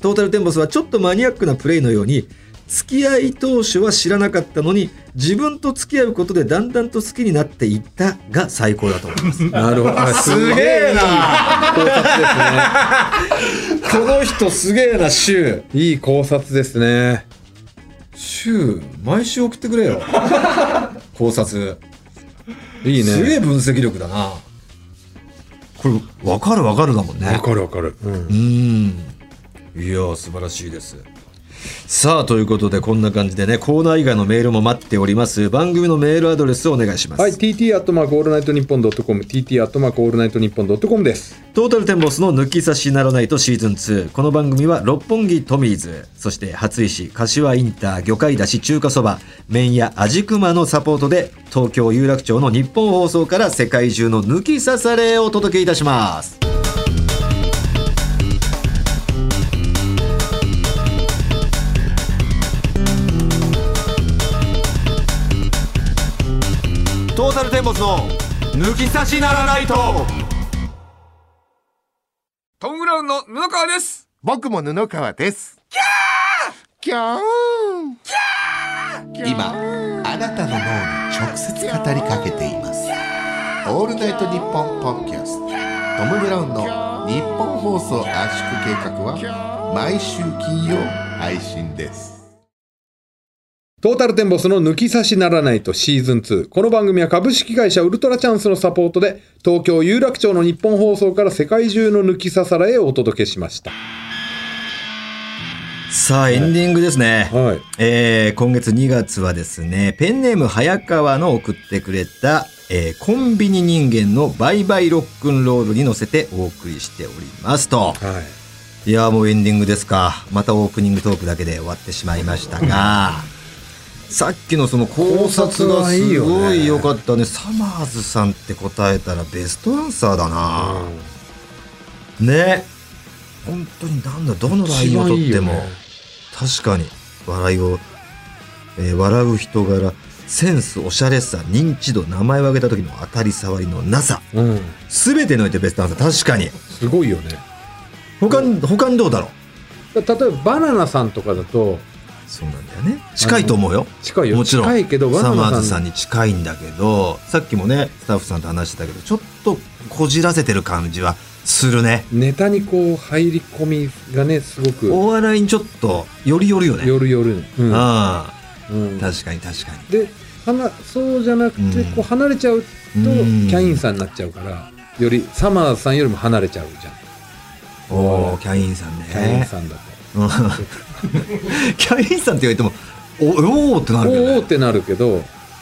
Speaker 1: トータルテンボスはちょっとマニアックなプレイのように、付き合い当初は知らなかったのに、自分と付き合うことでだんだんと好きになっていったが最高だと思います。
Speaker 2: なるほど。あすげえ な。考察ですね。
Speaker 1: この人すげえな、シュウ。
Speaker 2: いい考察ですね。
Speaker 1: シュウ、毎週送ってくれ よ。考察。
Speaker 2: いい
Speaker 1: すげえ
Speaker 2: ね。
Speaker 1: 分析力だな。これ、わかるわかるだもんね。
Speaker 2: わかるわかる。う。
Speaker 1: うんん。いやー、素晴らしいです。さあ、ということで、こんな感じでね、コーナー以外のメールも待っております。番組のメールアドレスをお願いします。
Speaker 2: はい、TT アットマークオールナイトニッポンドットコム、TT アットマークオールナイトニッポンドットコムです。
Speaker 1: トータルテンボスの抜き差しならないとシーズン2。この番組は六本木トミーズ、そして初石、柏インター、魚介だし、中華そば、麺屋、味熊のサポートで、東京有楽町の日本放送から世界中の抜き差されをお届けいたします。トータルテンボスの抜き差しならないと。
Speaker 4: トム・ブラウンの布川です
Speaker 5: 僕も布川です。キャーキャー
Speaker 6: 今あなたの脳に直接語りかけています「オールナイトニッポン」ポッドキャストトム・ブラウンの日本放送圧縮計画は毎週金曜配信です
Speaker 2: トータルテンボスの抜き差しならないとシーズン2。この番組は株式会社ウルトラチャンスのサポートで、東京有楽町の日本放送から世界中の抜き差さらへお届けしました。
Speaker 1: さあ、エンディングですね。
Speaker 2: はい。
Speaker 1: えー今月2月はですね、ペンネーム早川の送ってくれたえーコンビニ人間のバイバイロックンロールに乗せてお送りしておりますと。
Speaker 2: はい
Speaker 1: いやーもうエンディングですか。またオープニングトークだけで終わってしまいましたが、さっきのその考察がすごい良かったね。サマーズさんって答えたらベストアンサーだな。ね。本当になんだ、どのラインをとっても、
Speaker 2: 一番いいよね
Speaker 1: 確かに笑いを、えー笑う人柄、センス、おしゃれさ、認知度、名前を挙げた時の当たり障りのなさ、
Speaker 2: うん
Speaker 1: すべてにおいてベストアンサー、確かに。
Speaker 2: すごいよね
Speaker 1: 他に、他にどうだろう
Speaker 2: だ例えばバナナさんとかだと
Speaker 1: そうなんだよね近いと思うよ
Speaker 2: 近いよ
Speaker 1: もちろん
Speaker 2: 近いけどバ
Speaker 1: サ
Speaker 2: ナ
Speaker 1: マ
Speaker 2: ナさん
Speaker 1: ーズさんに近いんだけどさっきもねスタッフさんと話してたけどちょっとこじらせてる感じはするね
Speaker 2: ネタにこう入り込みがねすごく
Speaker 1: お笑いにちょっとよりよるよね
Speaker 2: よるよる、うん
Speaker 1: ああ
Speaker 2: うん
Speaker 1: 確かに確かに
Speaker 2: ではなそうじゃなくて、
Speaker 1: うん
Speaker 2: こう離れちゃうとキ
Speaker 1: うん
Speaker 2: ャインさんになっちゃうからよりサマーズさんよりも離れちゃうじゃん
Speaker 1: おおキャインさんね
Speaker 2: キャインさんだと、
Speaker 1: うんキャインさんって言われてもおおーってなるけど、
Speaker 2: おお
Speaker 1: ね
Speaker 2: ーってなるけど、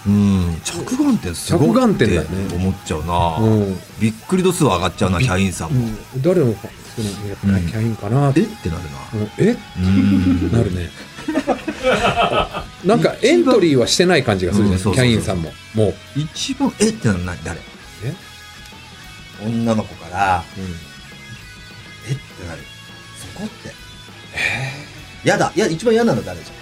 Speaker 1: うん、着眼点すごい
Speaker 2: 着眼点だよね
Speaker 1: って思っちゃうな、
Speaker 2: うん
Speaker 1: びっくり度数は上がっちゃうなキャインさん
Speaker 2: う
Speaker 1: も、
Speaker 2: ん誰もそのやっぱ
Speaker 1: う
Speaker 2: り
Speaker 1: ん
Speaker 2: キャインかなって
Speaker 1: えってなるな
Speaker 2: うんえ
Speaker 1: うん
Speaker 2: なる ねなんかエントリーはしてない感じがするじゃ
Speaker 1: うんそ
Speaker 2: ん、
Speaker 1: う
Speaker 2: キ
Speaker 1: そうそう
Speaker 2: ャインさんももう、
Speaker 1: 一番えってなるの何誰
Speaker 2: え
Speaker 1: 女の子からえってなるそこってやだいや一番嫌なの誰 じゃん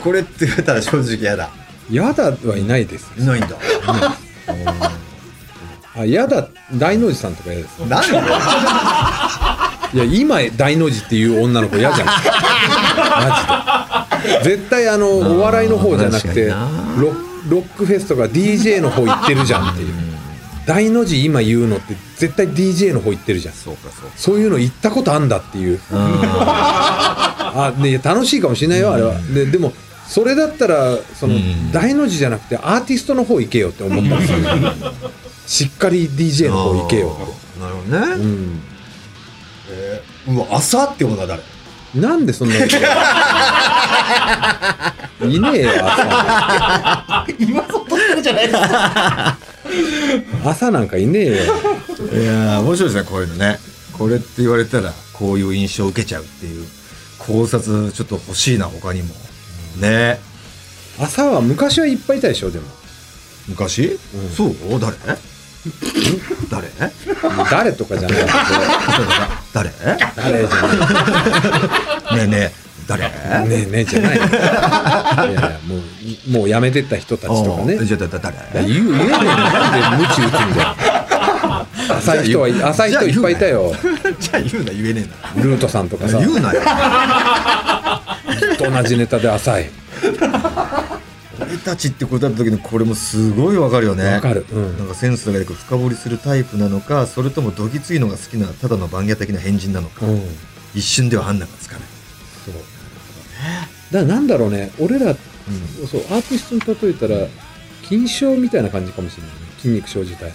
Speaker 1: これって言われたら正直嫌だ
Speaker 2: やだはいないです
Speaker 1: いないんだ
Speaker 2: あやだ大の字さんとか嫌です
Speaker 1: なんで
Speaker 2: いや今大の字っていう女の子嫌じゃんマジで絶対あのお笑いの方じゃなくてロ
Speaker 1: 確かにな
Speaker 2: ッロックフェスとか DJ の方行ってるじゃんっていう大の字今言うのって絶対 DJ の方行ってるじゃん
Speaker 1: そうかそうか
Speaker 2: そういうの行ったことあんだっていうあね楽しいかもしれないよあれはででもそれだったらその
Speaker 1: うん
Speaker 2: 大の字じゃなくてアーティストの方行けよって思ったんですよ しっかり DJ の方行けよ
Speaker 1: なるほど
Speaker 2: と、
Speaker 1: ね、
Speaker 2: うん、
Speaker 1: えーうわ朝って女は誰
Speaker 2: なんでそんなこと言うの いねえよ朝朝なんかいねえよ
Speaker 1: いやー面白いですねこういうのねこれって言われたらこういう印象を受けちゃうっていう考察ちょっと欲しいな他にもね
Speaker 2: 朝は昔はいっぱいいたでしょでも
Speaker 1: 昔、そう 誰誰
Speaker 2: 誰とかじゃなくて
Speaker 1: 誰
Speaker 2: 誰じゃな
Speaker 1: ねえ
Speaker 2: い
Speaker 1: ねえ誰
Speaker 2: ねえねえじゃないのいやいやもうもうやめてった人たちとかね
Speaker 1: あー
Speaker 2: い
Speaker 1: じゃあだ
Speaker 2: や
Speaker 1: 誰
Speaker 2: 言う言えねえよなんで無知打つんだよ浅い人はい
Speaker 1: じゃあ
Speaker 2: 浅い人いっぱいいたよ
Speaker 1: じゃあ言うな言えね
Speaker 2: ルートさんと
Speaker 1: えん
Speaker 2: か
Speaker 1: だ
Speaker 2: さ
Speaker 1: 言うなよ
Speaker 2: 同じネタで浅い
Speaker 1: 俺たちって答えた時のこれもすごいわかるよね
Speaker 2: わかるうん
Speaker 1: なんかセンスがよく深掘りするタイプなのかそれともどぎついのが好きなただの番屋的な変人なのか、
Speaker 2: うん
Speaker 1: 一瞬では判断がつかない
Speaker 2: そうだからなんだろうね俺ら、そうアーティストに例えたら金賞みたいな感じかもしれないね筋肉症自体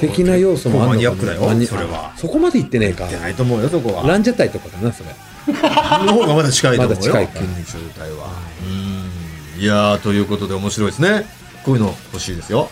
Speaker 2: 的な要素もあるのか
Speaker 1: マニアックだよ
Speaker 2: マニ
Speaker 1: それは
Speaker 2: そこまでいってねえか
Speaker 1: いけないと思うよそこは
Speaker 2: ランジャタイとかだなそれ
Speaker 1: の方がまだ近いと思うよ
Speaker 2: まだ近いか
Speaker 1: 筋肉症状態はうんいやーということで面白いですねこういうの欲しいですよ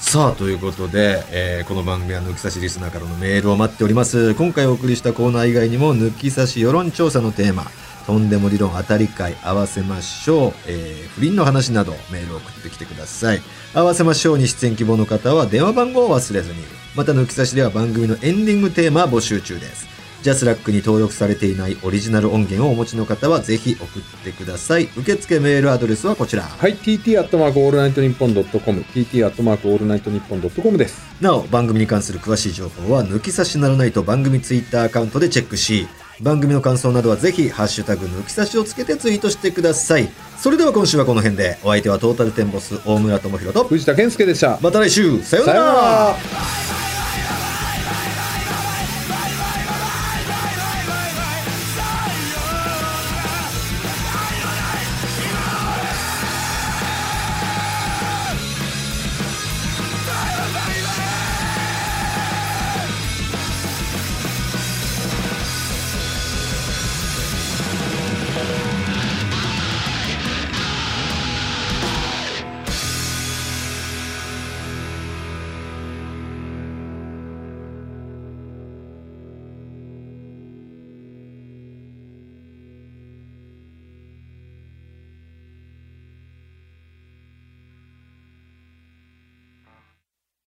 Speaker 1: さあということで、えーこの番組は抜き差しリスナーからのメールを待っております今回お送りしたコーナー以外にも抜き差し世論調査のテーマとんでも理論当たり会合わせましょう、えー不倫の話などメールを送ってきてください合わせましょうに出演希望の方は電話番号を忘れずにまた抜き差しでは番組のエンディングテーマ募集中ですジャスラックに登録されていないオリジナル音源をお持ちの方はぜひ送ってください受付メールアドレスはこちら
Speaker 2: はい TT アットマークオールナイトニッポンドットコム TT アットマークオールナイトニッポンドットコムです
Speaker 1: なお番組に関する詳しい情報は抜き差しならないと番組ツイッターアカウントでチェックし番組の感想などはぜひ「ハッシュタグ抜き差し」をつけてツイートしてくださいそれでは今週はこの辺でお相手はトータルテンボス大村智広と
Speaker 2: 藤田健介でした
Speaker 1: また来週さよう
Speaker 2: さ
Speaker 1: な
Speaker 2: ような
Speaker 1: ら
Speaker 2: ら